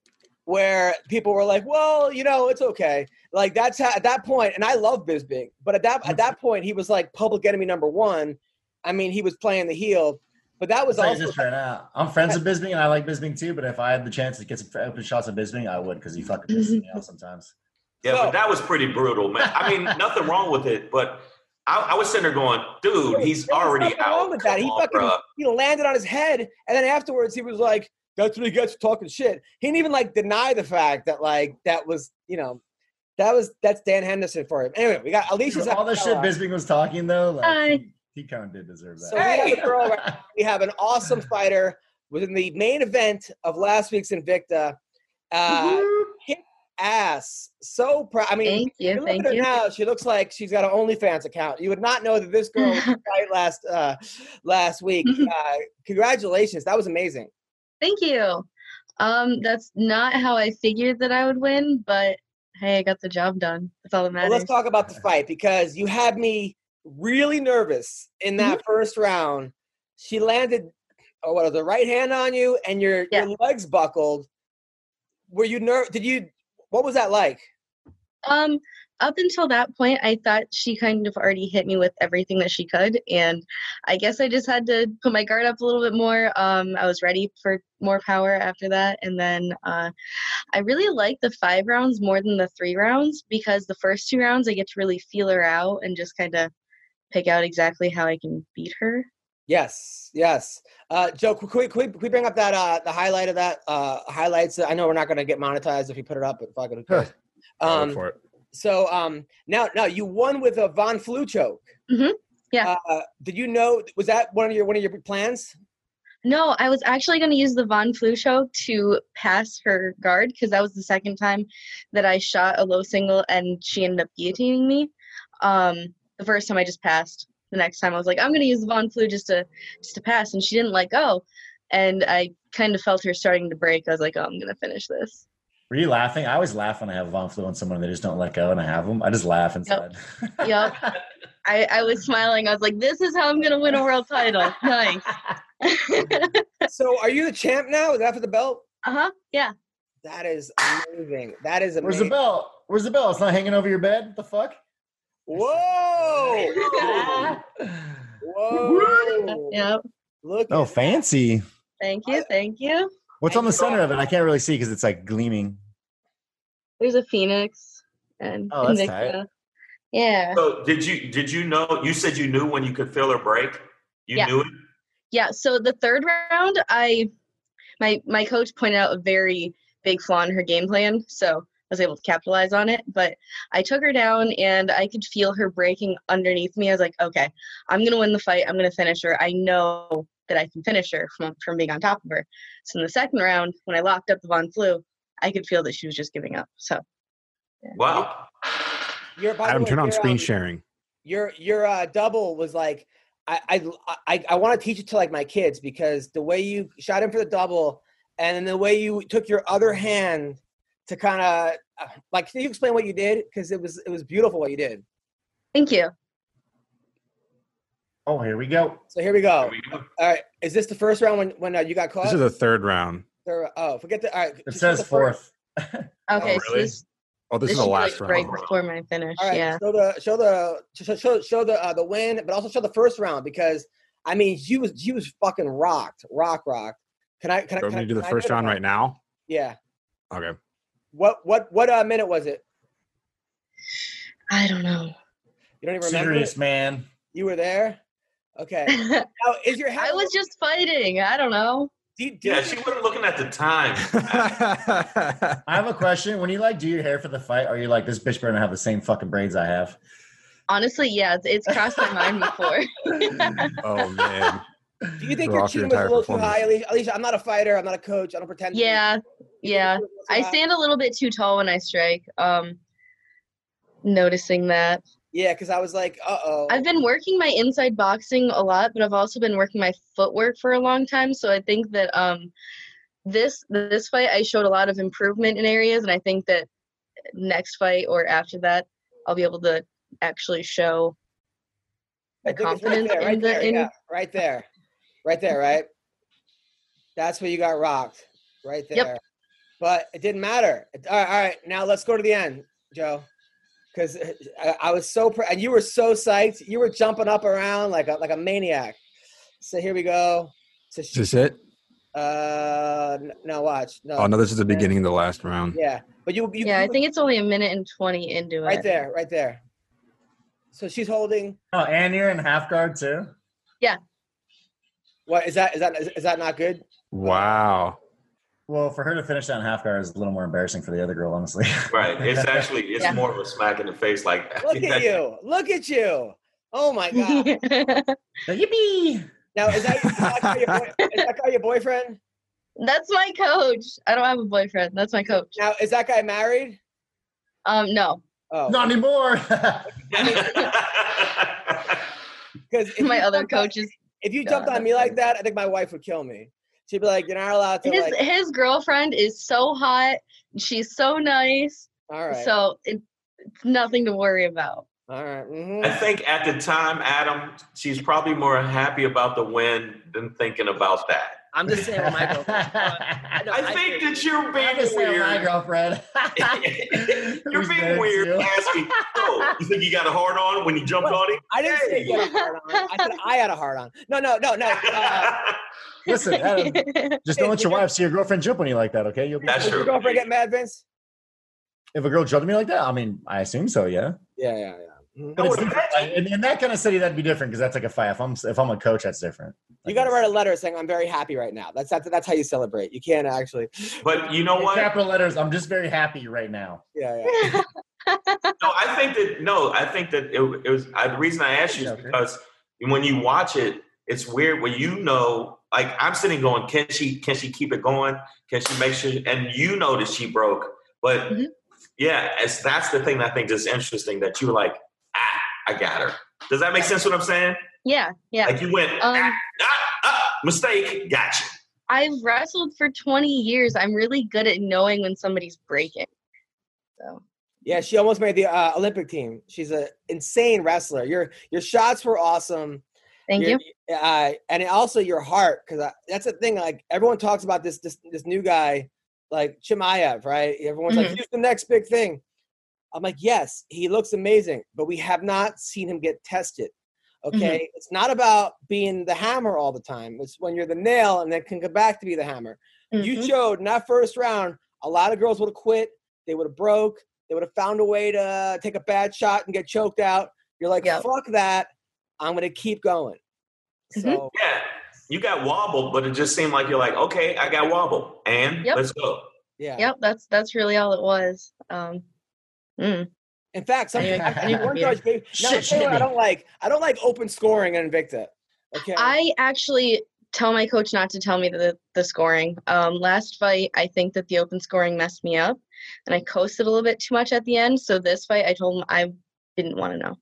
Speaker 3: where people were like, "Well, you know, it's okay." Like that's how, at that point, and I love Bisbing, but at that at that point, he was like public enemy number one. I mean, he was playing the heel, but that was
Speaker 4: I'll tell you
Speaker 3: also
Speaker 4: this right now. I'm friends with Bisbing and I like Bisbing too, but if I had the chance to get some open shots of Bisbing, I would because he fucking pisses me off sometimes.
Speaker 6: Yeah,
Speaker 3: So-
Speaker 6: but that was pretty brutal, man. I mean, nothing wrong with it, but I, I was sitting there going, dude, he's
Speaker 3: There was
Speaker 6: already
Speaker 3: nothing
Speaker 6: out.
Speaker 3: wrong with that.
Speaker 6: Come
Speaker 3: He
Speaker 6: on,
Speaker 3: fucking
Speaker 6: bruh.
Speaker 3: he landed on his head, and then afterwards he was like, "That's what he gets for talking shit." He didn't even like deny the fact that like that was you know that was that's Dan Henderson for him. Anyway, we got Alicia's
Speaker 4: Dude, all the shit Bisbing was talking though,
Speaker 7: Hi.
Speaker 4: like he, he kind of did deserve that.
Speaker 3: So we have a girl right We have an awesome fighter within the main event of last week's Invicta. Uh, ass, so proud. I mean.
Speaker 7: Thank you.
Speaker 3: you look
Speaker 7: Thank
Speaker 3: at her
Speaker 7: you.
Speaker 3: now. She looks like she's got an OnlyFans account. You would not know that this girl was right last uh, last week.
Speaker 7: Mm-hmm.
Speaker 3: Uh, congratulations, that was amazing.
Speaker 7: Thank you. Um, that's not how I figured that I would win, but hey, I got the job done. That's all that
Speaker 3: Well,
Speaker 7: matters.
Speaker 3: let's talk about the fight because you had me really nervous in that
Speaker 5: Mm-hmm.
Speaker 3: first round. She landed, oh, what the right hand on you, and your your legs buckled. Were you nerve? Did you? What was that like?
Speaker 7: Um, up until that point, I thought she kind of already hit me with everything that she could, and I guess I just had to put my guard up a little bit more. Um, I was ready for more power after that, and then uh, I really like the five rounds more than the three rounds because the first two rounds I get to really feel her out and just kind of pick out exactly how I can beat her.
Speaker 3: Yes, yes. Uh, Joe, can we, can, we, can we bring up that uh, the highlight of that uh, highlights? I know we're not going to get monetized if you put it up, but fucking who cares?
Speaker 5: I'll look
Speaker 3: um,
Speaker 5: for it.
Speaker 3: So um, now, now you won with a Von Flu choke.
Speaker 5: Mm-hmm.
Speaker 7: Mhm, yeah.
Speaker 3: Uh, did you know? Was that one of your one of your plans?
Speaker 7: No, I was actually going to use the Von Flu show to pass her guard because that was the second time that I shot a low single and she ended up guillotining me. Um, the first time I just passed. the next time. I was like, I'm gonna use the Von Flu just to just to pass, and she didn't let go, and I kind of felt her starting to break. I was like, oh, I'm gonna finish this.
Speaker 4: Were you laughing? I always laugh when I have von flu on someone and they just don't let go, and I have them. I just laugh inside.
Speaker 7: Yep. I, I was smiling. I was like, this is how I'm gonna win a world title. Nice. uh
Speaker 3: So are you the champ now? Is that for the belt?
Speaker 7: huh. Uh-huh. Yeah.
Speaker 3: That is amazing. That is amazing.
Speaker 4: Where's the bell? Where's the bell? It's not hanging over your bed. The fuck?
Speaker 3: Whoa! Whoa!
Speaker 7: Yep.
Speaker 3: Look.
Speaker 4: Oh,
Speaker 3: at that.
Speaker 4: fancy.
Speaker 7: Thank you. Thank you.
Speaker 4: What's on the center of it? I can't really see because it's like gleaming.
Speaker 7: There's a phoenix and
Speaker 4: Oh, that's
Speaker 7: Invicta.
Speaker 4: tight.
Speaker 7: Yeah.
Speaker 6: So did you did you know? You said you knew when you could feel her break. You
Speaker 7: Yeah.
Speaker 6: knew it.
Speaker 7: Yeah. So the third round, I my my coach pointed out a very big flaw in her game plan, so I was able to capitalize on it. But I took her down, and I could feel her breaking underneath me. I was like, okay, I'm gonna win the fight. I'm gonna finish her. I know that I can finish her from from being on top of her. So in the second round, when I locked up the Von Flu, I could feel that she was just giving up. So
Speaker 6: Wow.
Speaker 3: You're, by the
Speaker 5: Adam,
Speaker 3: way,
Speaker 5: turn on
Speaker 3: you're,
Speaker 5: screen
Speaker 3: um,
Speaker 5: sharing.
Speaker 3: Your your uh, double was like, I I I, I want to teach it to like my kids because the way you shot him for the double, and then the way you took your other hand to kind of like, can you explain what you did? Because it was it was beautiful what you did.
Speaker 7: thank you.
Speaker 4: Oh, here we go.
Speaker 3: So here we go.
Speaker 6: There we go.
Speaker 3: All right, is this the first round when when uh, you got caught?
Speaker 5: This is the third round.
Speaker 3: Or- oh, forget the. All right,
Speaker 4: It
Speaker 3: just show
Speaker 4: says
Speaker 3: the first-
Speaker 4: fourth.
Speaker 7: Okay, so
Speaker 6: really?
Speaker 7: this,
Speaker 5: Oh, this,
Speaker 7: this
Speaker 5: is the
Speaker 7: should be,
Speaker 5: last
Speaker 7: like,
Speaker 5: round.
Speaker 7: right before my finish.
Speaker 3: All right,
Speaker 7: Yeah.
Speaker 3: show the show the show show, show the uh, the win, but also show the first round because I mean she was she was fucking rocked, rock rocked. Can I can I
Speaker 5: Do you
Speaker 3: can
Speaker 5: want
Speaker 3: I
Speaker 5: me to do the
Speaker 3: can I
Speaker 5: first
Speaker 3: it or
Speaker 5: round
Speaker 3: not?
Speaker 5: right now?
Speaker 3: Yeah.
Speaker 5: Okay.
Speaker 3: What what what uh, minute was it?
Speaker 7: I don't know.
Speaker 3: You don't even remember.
Speaker 4: Serious man.
Speaker 3: You were there. Okay.
Speaker 7: I
Speaker 3: Now is your head?
Speaker 7: was just fighting. I don't know.
Speaker 3: Do, you- do you
Speaker 6: Yeah, she
Speaker 3: think-
Speaker 6: wasn't looking at the time.
Speaker 4: I have a question. When you like do your hair for the fight, are you like this bitch better not have the same fucking braids I have?
Speaker 7: Honestly, yeah, it's, it's crossed my mind before.
Speaker 5: oh man.
Speaker 3: do you think
Speaker 5: Throw
Speaker 3: your
Speaker 5: off your
Speaker 3: cheating was a
Speaker 5: entire
Speaker 3: little too
Speaker 5: performance.
Speaker 3: high, Alicia? Alicia, I'm not a fighter. I'm not a coach. I don't pretend. to be.
Speaker 7: yeah,
Speaker 3: Do you think it was a
Speaker 7: yeah.
Speaker 3: little too
Speaker 7: I
Speaker 3: high?
Speaker 7: stand a little bit too tall when I strike. Um, noticing that
Speaker 3: Yeah, because I was like, uh oh.
Speaker 7: I've been working my inside boxing a lot, but I've also been working my footwork for a long time. So I think that um, this this fight I showed a lot of improvement in areas, and I think that next fight or after that, I'll be able to actually show my
Speaker 3: right
Speaker 7: confidence
Speaker 3: there, right
Speaker 7: in the
Speaker 3: there,
Speaker 7: in
Speaker 3: yeah, right there, right there, right. That's where you got rocked, right there.
Speaker 7: Yep.
Speaker 3: But it didn't matter. It- All right, all right. Now let's go to the end, Joe, because I, I was so pr- and you were so psyched. You were jumping up around like a like a maniac. So here we go. So
Speaker 5: Is
Speaker 3: she,
Speaker 5: this it?
Speaker 3: uh, n- no, watch, no,
Speaker 5: Oh no, this is the beginning of the last round.
Speaker 3: yeah. But you, you
Speaker 7: yeah, I
Speaker 3: you-
Speaker 7: think it's only a minute and twenty into it.
Speaker 3: right there, right there. So she's holding.
Speaker 4: Oh, and you're in half guard too.
Speaker 3: What is that? Is that is, is that not good?
Speaker 5: Wow.
Speaker 4: Well, for her to finish that in half guard is a little more embarrassing for the other girl, honestly.
Speaker 6: Right. It's actually it's
Speaker 7: Yeah.
Speaker 6: more of a smack in the face. Like
Speaker 3: Look at you! Look at you! Oh my god!
Speaker 4: The yippee.
Speaker 3: Now is that, is that, guy, your boy, is that guy your boyfriend?
Speaker 7: That's my coach. I don't have a boyfriend. That's my coach.
Speaker 3: Now is that guy married?
Speaker 7: Um, no,
Speaker 3: Oh,
Speaker 4: Not anymore.
Speaker 3: because
Speaker 7: my other coach is
Speaker 3: If you
Speaker 7: No,
Speaker 3: jumped on
Speaker 7: that's
Speaker 3: me like
Speaker 7: fine.
Speaker 3: that, I think my wife would kill me. She'd be like, "You're not allowed to."
Speaker 7: his.
Speaker 3: Like,
Speaker 7: His girlfriend is so hot. She's so nice.
Speaker 3: all right,
Speaker 7: So it, it's nothing to worry about.
Speaker 3: all right.
Speaker 6: I
Speaker 3: mhm.
Speaker 6: think at the time, Adam, she's probably more happy about the win than thinking about that.
Speaker 3: I'm just saying, what my girlfriend.
Speaker 4: I
Speaker 3: No,
Speaker 6: I
Speaker 3: I
Speaker 6: think
Speaker 3: agree.
Speaker 6: that you're being
Speaker 4: I'm just saying my
Speaker 6: weird.
Speaker 4: girlfriend.
Speaker 6: You're
Speaker 4: Who's
Speaker 6: being
Speaker 4: married
Speaker 6: weird.
Speaker 4: to you.
Speaker 6: Asking, oh, you think you got a hard on when you jumped
Speaker 3: What?
Speaker 6: on him?
Speaker 3: I didn't say you had a hard on. I said I had a hard on. No, no, no, no. Uh,
Speaker 4: Listen, Adam, just don't
Speaker 3: Hey,
Speaker 4: let your
Speaker 3: did
Speaker 4: wife see your girlfriend jump on you like that, okay? You'll be,
Speaker 6: That's
Speaker 3: did
Speaker 6: true.
Speaker 3: your girlfriend get mad, Vince?
Speaker 4: if a girl jumped on me like that, I mean, I assume so, yeah.
Speaker 3: Yeah, yeah, yeah. mhm.
Speaker 4: But
Speaker 6: I
Speaker 4: it's
Speaker 6: would
Speaker 4: different.
Speaker 6: imagine.
Speaker 4: in, in that kind of city, that'd be different because that's like a fight. If I'm if I'm a coach, that's different.
Speaker 3: You got to write a letter saying I'm very happy right now. That's that's, that's how you celebrate. You can't actually.
Speaker 6: But you know
Speaker 4: In
Speaker 6: what?
Speaker 4: capital letters. I'm just very happy right now.
Speaker 3: Yeah, yeah.
Speaker 6: No, I think that no, I think that it, it was. I, the reason I asked you is
Speaker 4: Okay.
Speaker 6: because when you watch it, it's weird when you know. Like I'm sitting going, can she can she keep it going? Can she make sure? And you know that she broke, but
Speaker 7: Mhm.
Speaker 6: yeah, it's, that's the thing that I think is interesting that you were like, ah, I got her. Does that make sense? What I'm saying?
Speaker 7: Yeah, yeah.
Speaker 6: Like you went
Speaker 7: Um,
Speaker 6: ah, ah, ah, mistake. Gotcha.
Speaker 7: I've wrestled for 20 years. I'm really good at knowing when somebody's breaking. So
Speaker 3: Yeah, she almost made the uh, Olympic team. She's an insane wrestler. Your your shots were awesome.
Speaker 7: thank you.
Speaker 3: your- Uh, and also your heart, because that's the thing. Like everyone talks about this this this new guy, like Chimaev, right? Everyone's like,
Speaker 7: Mhm.
Speaker 3: he's the next big thing. I'm like, yes, he looks amazing, but we have not seen him get tested.
Speaker 7: Mm-hmm.
Speaker 3: Okay, it's not about being the hammer all the time. It's when you're the nail and then can come back to be the hammer. You
Speaker 7: Mhm.
Speaker 3: showed in that first round, a lot of girls would have quit. They would have broke. They would have found a way to take a bad shot and get choked out. You're like,
Speaker 7: Yep.
Speaker 3: fuck that. I'm gonna keep going.
Speaker 7: Mhm.
Speaker 3: So
Speaker 6: Yeah, you got wobbled, but it just seemed like you're like, okay, I got wobbled, and
Speaker 7: Yep.
Speaker 6: let's go.
Speaker 3: yeah.
Speaker 7: Yep, that's that's really all it was. Um, mm,
Speaker 3: In fact, some
Speaker 7: Anyway,
Speaker 3: I- I mean,
Speaker 7: continue.
Speaker 3: one judge gave. Now,
Speaker 4: Shit,
Speaker 3: I'll tell you what
Speaker 4: hit
Speaker 3: I
Speaker 4: me.
Speaker 3: don't like. I don't like open scoring in Invicta. Okay.
Speaker 7: I actually tell my coach not to tell me the the scoring. Um, last fight, I think that the open scoring messed me up, and I coasted a little bit too much at the end. So this fight, I told him I didn't want to know.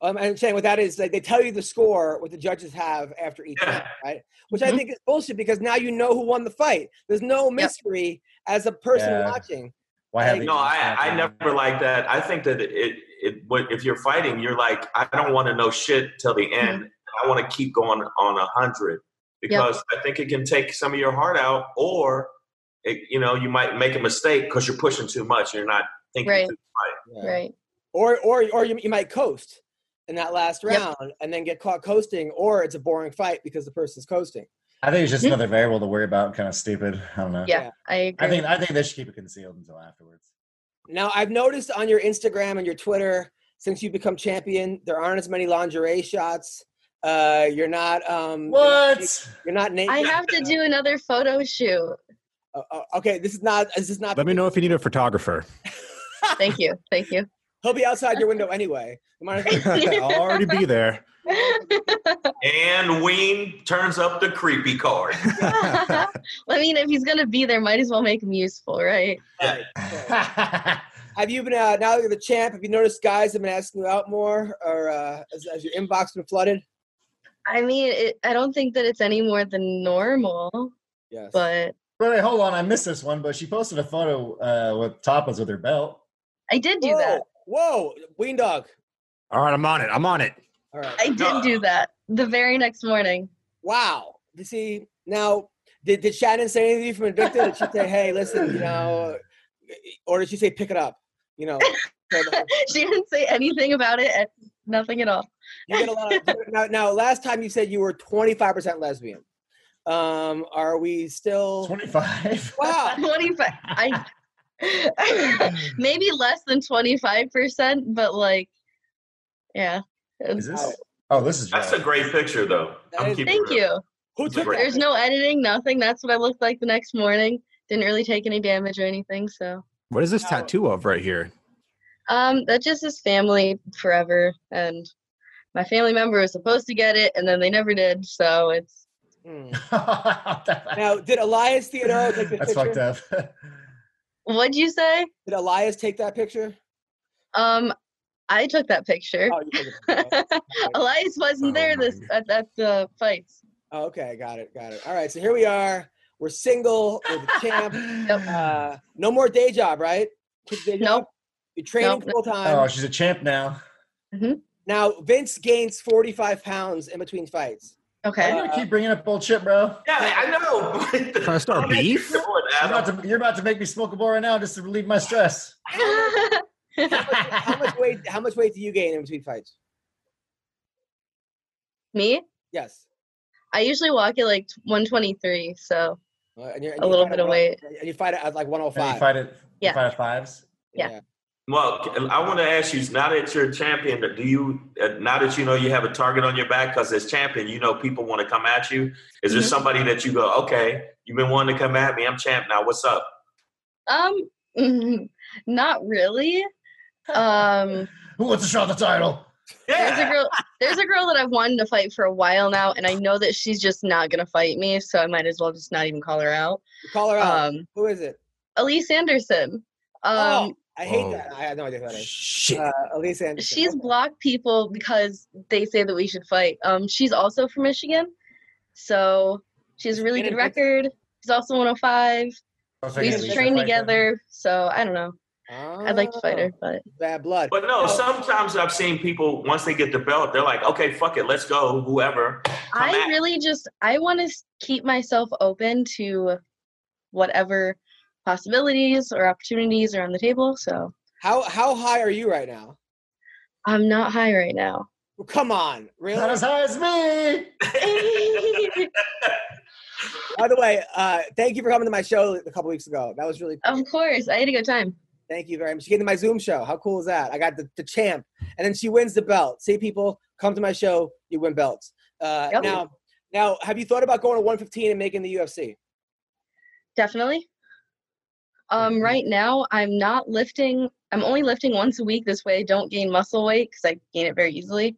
Speaker 3: um, I'm saying what that is. Like they tell you the score, what the judges have after each round, right? Which I
Speaker 7: Mhm.
Speaker 3: think is bullshit because now you know who won the fight. There's no mystery as a person
Speaker 4: Yeah.
Speaker 3: watching.
Speaker 4: Why have they
Speaker 6: No, I,
Speaker 4: not
Speaker 6: I
Speaker 4: done
Speaker 6: never like that. I think that it, it when- if you're fighting, you're like, I don't want to know shit till the end.
Speaker 7: Mm-hmm.
Speaker 6: I want to keep going on a hundred because I think it can take some of your heart out, or it, you know, you might make a mistake because you're pushing too much. You're not thinking.
Speaker 7: Right.
Speaker 6: Too,
Speaker 3: Yeah.
Speaker 7: Right.
Speaker 3: Or or or you, you might coast in that last
Speaker 7: Yep.
Speaker 3: round and then get caught coasting, or it's a boring fight because the person's coasting.
Speaker 4: I think it's just
Speaker 7: Hmm?
Speaker 4: another variable to worry about. Kind of stupid. I don't know.
Speaker 7: Yeah,
Speaker 3: Yeah.
Speaker 7: I agree.
Speaker 4: I think I think they should keep it concealed until afterwards.
Speaker 3: Now I've noticed on your Instagram and your Twitter since you become champion, there aren't as many lingerie shots. Uh, you're not um, you're not-
Speaker 4: What?
Speaker 3: You're not naked.
Speaker 7: I have to do another photo shoot.
Speaker 3: Uh, uh, okay, this is not. This is not.
Speaker 5: Let me know if you need a photographer.
Speaker 7: Thank you. Thank you.
Speaker 3: He'll be outside your window anyway. You might as well-
Speaker 5: I'll already be there.
Speaker 6: and Ween turns up the creepy card.
Speaker 7: I mean, if he's gonna be there, might as well make him useful, right?
Speaker 3: Alright, so, have you been uh, now that you're the champ? Have you noticed guys have been asking you out more, or uh, has, has your inbox been flooded?
Speaker 7: I mean, it, I don't think that it's any more than normal,
Speaker 3: Yes.
Speaker 7: but
Speaker 4: Wait, wait, hold on. I missed this one, but she posted a photo uh, with topless with her belt.
Speaker 7: I did do
Speaker 3: whoa,
Speaker 7: that.
Speaker 3: Whoa, wean dog.
Speaker 5: All right, I'm on it. I'm on it.
Speaker 3: All right.
Speaker 7: I did
Speaker 6: No.
Speaker 7: do that the very next morning.
Speaker 3: Wow. You see now, did did Shannon say anything from Invicta? Did she say, "Hey, listen, you know," or did she say, "Pick it up"? You know. so the-
Speaker 7: she didn't say anything about it, and nothing at all.
Speaker 3: You get a lot of now, now. Last time you said you were twenty five percent lesbian. Um, are we still?
Speaker 4: Twenty five.
Speaker 3: Wow.
Speaker 7: 25. I maybe less than 25%, but like, yeah. Um,
Speaker 4: Is this? Oh, this is.
Speaker 6: That's
Speaker 4: right.
Speaker 6: a great picture, though.
Speaker 3: That
Speaker 6: I'm
Speaker 3: is-
Speaker 6: keeping
Speaker 7: Thank
Speaker 6: it up.
Speaker 7: you.
Speaker 3: Who took
Speaker 6: Right.
Speaker 3: that?
Speaker 7: There's no editing, nothing. That's what I looked like the next morning. Didn't really take any damage or anything. So,
Speaker 5: What is this
Speaker 3: Now-
Speaker 5: tattoo of right here?
Speaker 7: um, that just is family forever. And my family member was supposed to get it, and then they never did. So it's
Speaker 3: Hmm.
Speaker 4: That's
Speaker 3: Now, did Elias Theodore take the
Speaker 4: fucked
Speaker 3: picture?
Speaker 4: up.
Speaker 7: what'd you say?
Speaker 3: Did Elias take that picture?
Speaker 7: Um, I took that picture.
Speaker 3: Oh, you took it.
Speaker 7: Elias wasn't
Speaker 5: Oh
Speaker 7: there
Speaker 5: my
Speaker 7: this at, at the fights.
Speaker 3: Oh, okay, got it, got it. All right, so here we are. We're single. We're the champ. Uh, no more day job, right? Quit the Day
Speaker 7: Nope.
Speaker 3: job? You're training
Speaker 7: Nope.
Speaker 3: full time
Speaker 4: Oh, she's a champ now.
Speaker 3: now. Vince gains forty five pounds in between fights.
Speaker 4: Why
Speaker 7: Okay.
Speaker 4: you gotta keep bringing up old shit, bro?
Speaker 6: Yeah, I know.
Speaker 5: Trying to
Speaker 3: Oh,
Speaker 5: start beef?
Speaker 6: Come on,
Speaker 4: You're
Speaker 6: Adam.
Speaker 4: about, to, you're about to make me smoke a bowl right now just to relieve my stress.
Speaker 3: How much weight? How much weight do you gain in between fights?
Speaker 7: Me?
Speaker 3: Yes.
Speaker 7: I usually walk at like 123, so
Speaker 3: Uh, and you're- and
Speaker 7: a
Speaker 3: you
Speaker 7: little
Speaker 3: fight at
Speaker 7: bit of
Speaker 3: one-
Speaker 7: weight.
Speaker 3: And you fight at like
Speaker 4: And you
Speaker 3: 105.
Speaker 4: fight it.
Speaker 7: Yeah.
Speaker 4: You fight at fives.
Speaker 7: yeah.
Speaker 6: Well, I want to ask you. Now that you're a champion, do you? uh, Now that you know you have a target on your back, because as champion, you know people want to come at you. Is
Speaker 4: Mm-hmm.
Speaker 6: there
Speaker 7: Mhm.
Speaker 6: somebody that you go, okay, you've been wanting to come at me? I'm champ now. What's up?
Speaker 7: Um, not really. Um,
Speaker 4: Who wants to shot the title?
Speaker 7: there's a
Speaker 6: Yeah,
Speaker 7: girl. There's a girl that I've wanted to fight for a while now, and I know that she's just not gonna fight me, so I might as well just not even call her out.
Speaker 3: Call her out.
Speaker 7: Um,
Speaker 3: Who is it?
Speaker 7: Elise Anderson. Uh, Um,
Speaker 3: Oh. Oh, I hate
Speaker 1: Oh.
Speaker 3: that. I had no idea who that is.
Speaker 1: Shit.
Speaker 3: Uh, Elise Anderson.
Speaker 7: She's
Speaker 3: Okay.
Speaker 7: blocked people because they say that we should fight. Um, she's also from Michigan, so she has a really good record. She's also 105.
Speaker 4: Also,
Speaker 7: We
Speaker 4: yeah,
Speaker 7: used to
Speaker 4: Lisa
Speaker 7: train
Speaker 4: Franklin.
Speaker 7: together, so I don't know. I'd like to fight her, but
Speaker 3: Oh, Bad blood.
Speaker 6: But no, sometimes I've seen people once they get the belt, they're like, okay, fuck it, let's go, whoever.
Speaker 7: I
Speaker 6: at-
Speaker 7: really just I want to keep myself open to whatever possibilities or opportunities are on the table. So
Speaker 3: How how high are you right now?
Speaker 7: I'm not high right now.
Speaker 3: Well, come on, really?
Speaker 4: Not as high as me.
Speaker 3: By the way, uh, thank you for coming to my show a couple weeks ago. That was really cool.
Speaker 7: of course, I had a good time.
Speaker 3: Thank you very much. She came to my Zoom show. How cool is that? I got the, the champ, and then she wins the belt. See, people, come to my show. You win belts. Uh,
Speaker 7: Yep.
Speaker 3: Now, now, have you thought about going to 115 and making the UFC?
Speaker 7: Definitely.
Speaker 4: Mm-hmm.
Speaker 7: Um, right now, I'm not lifting. I'm only lifting once a week. This way, I don't gain muscle weight because I gain it very easily.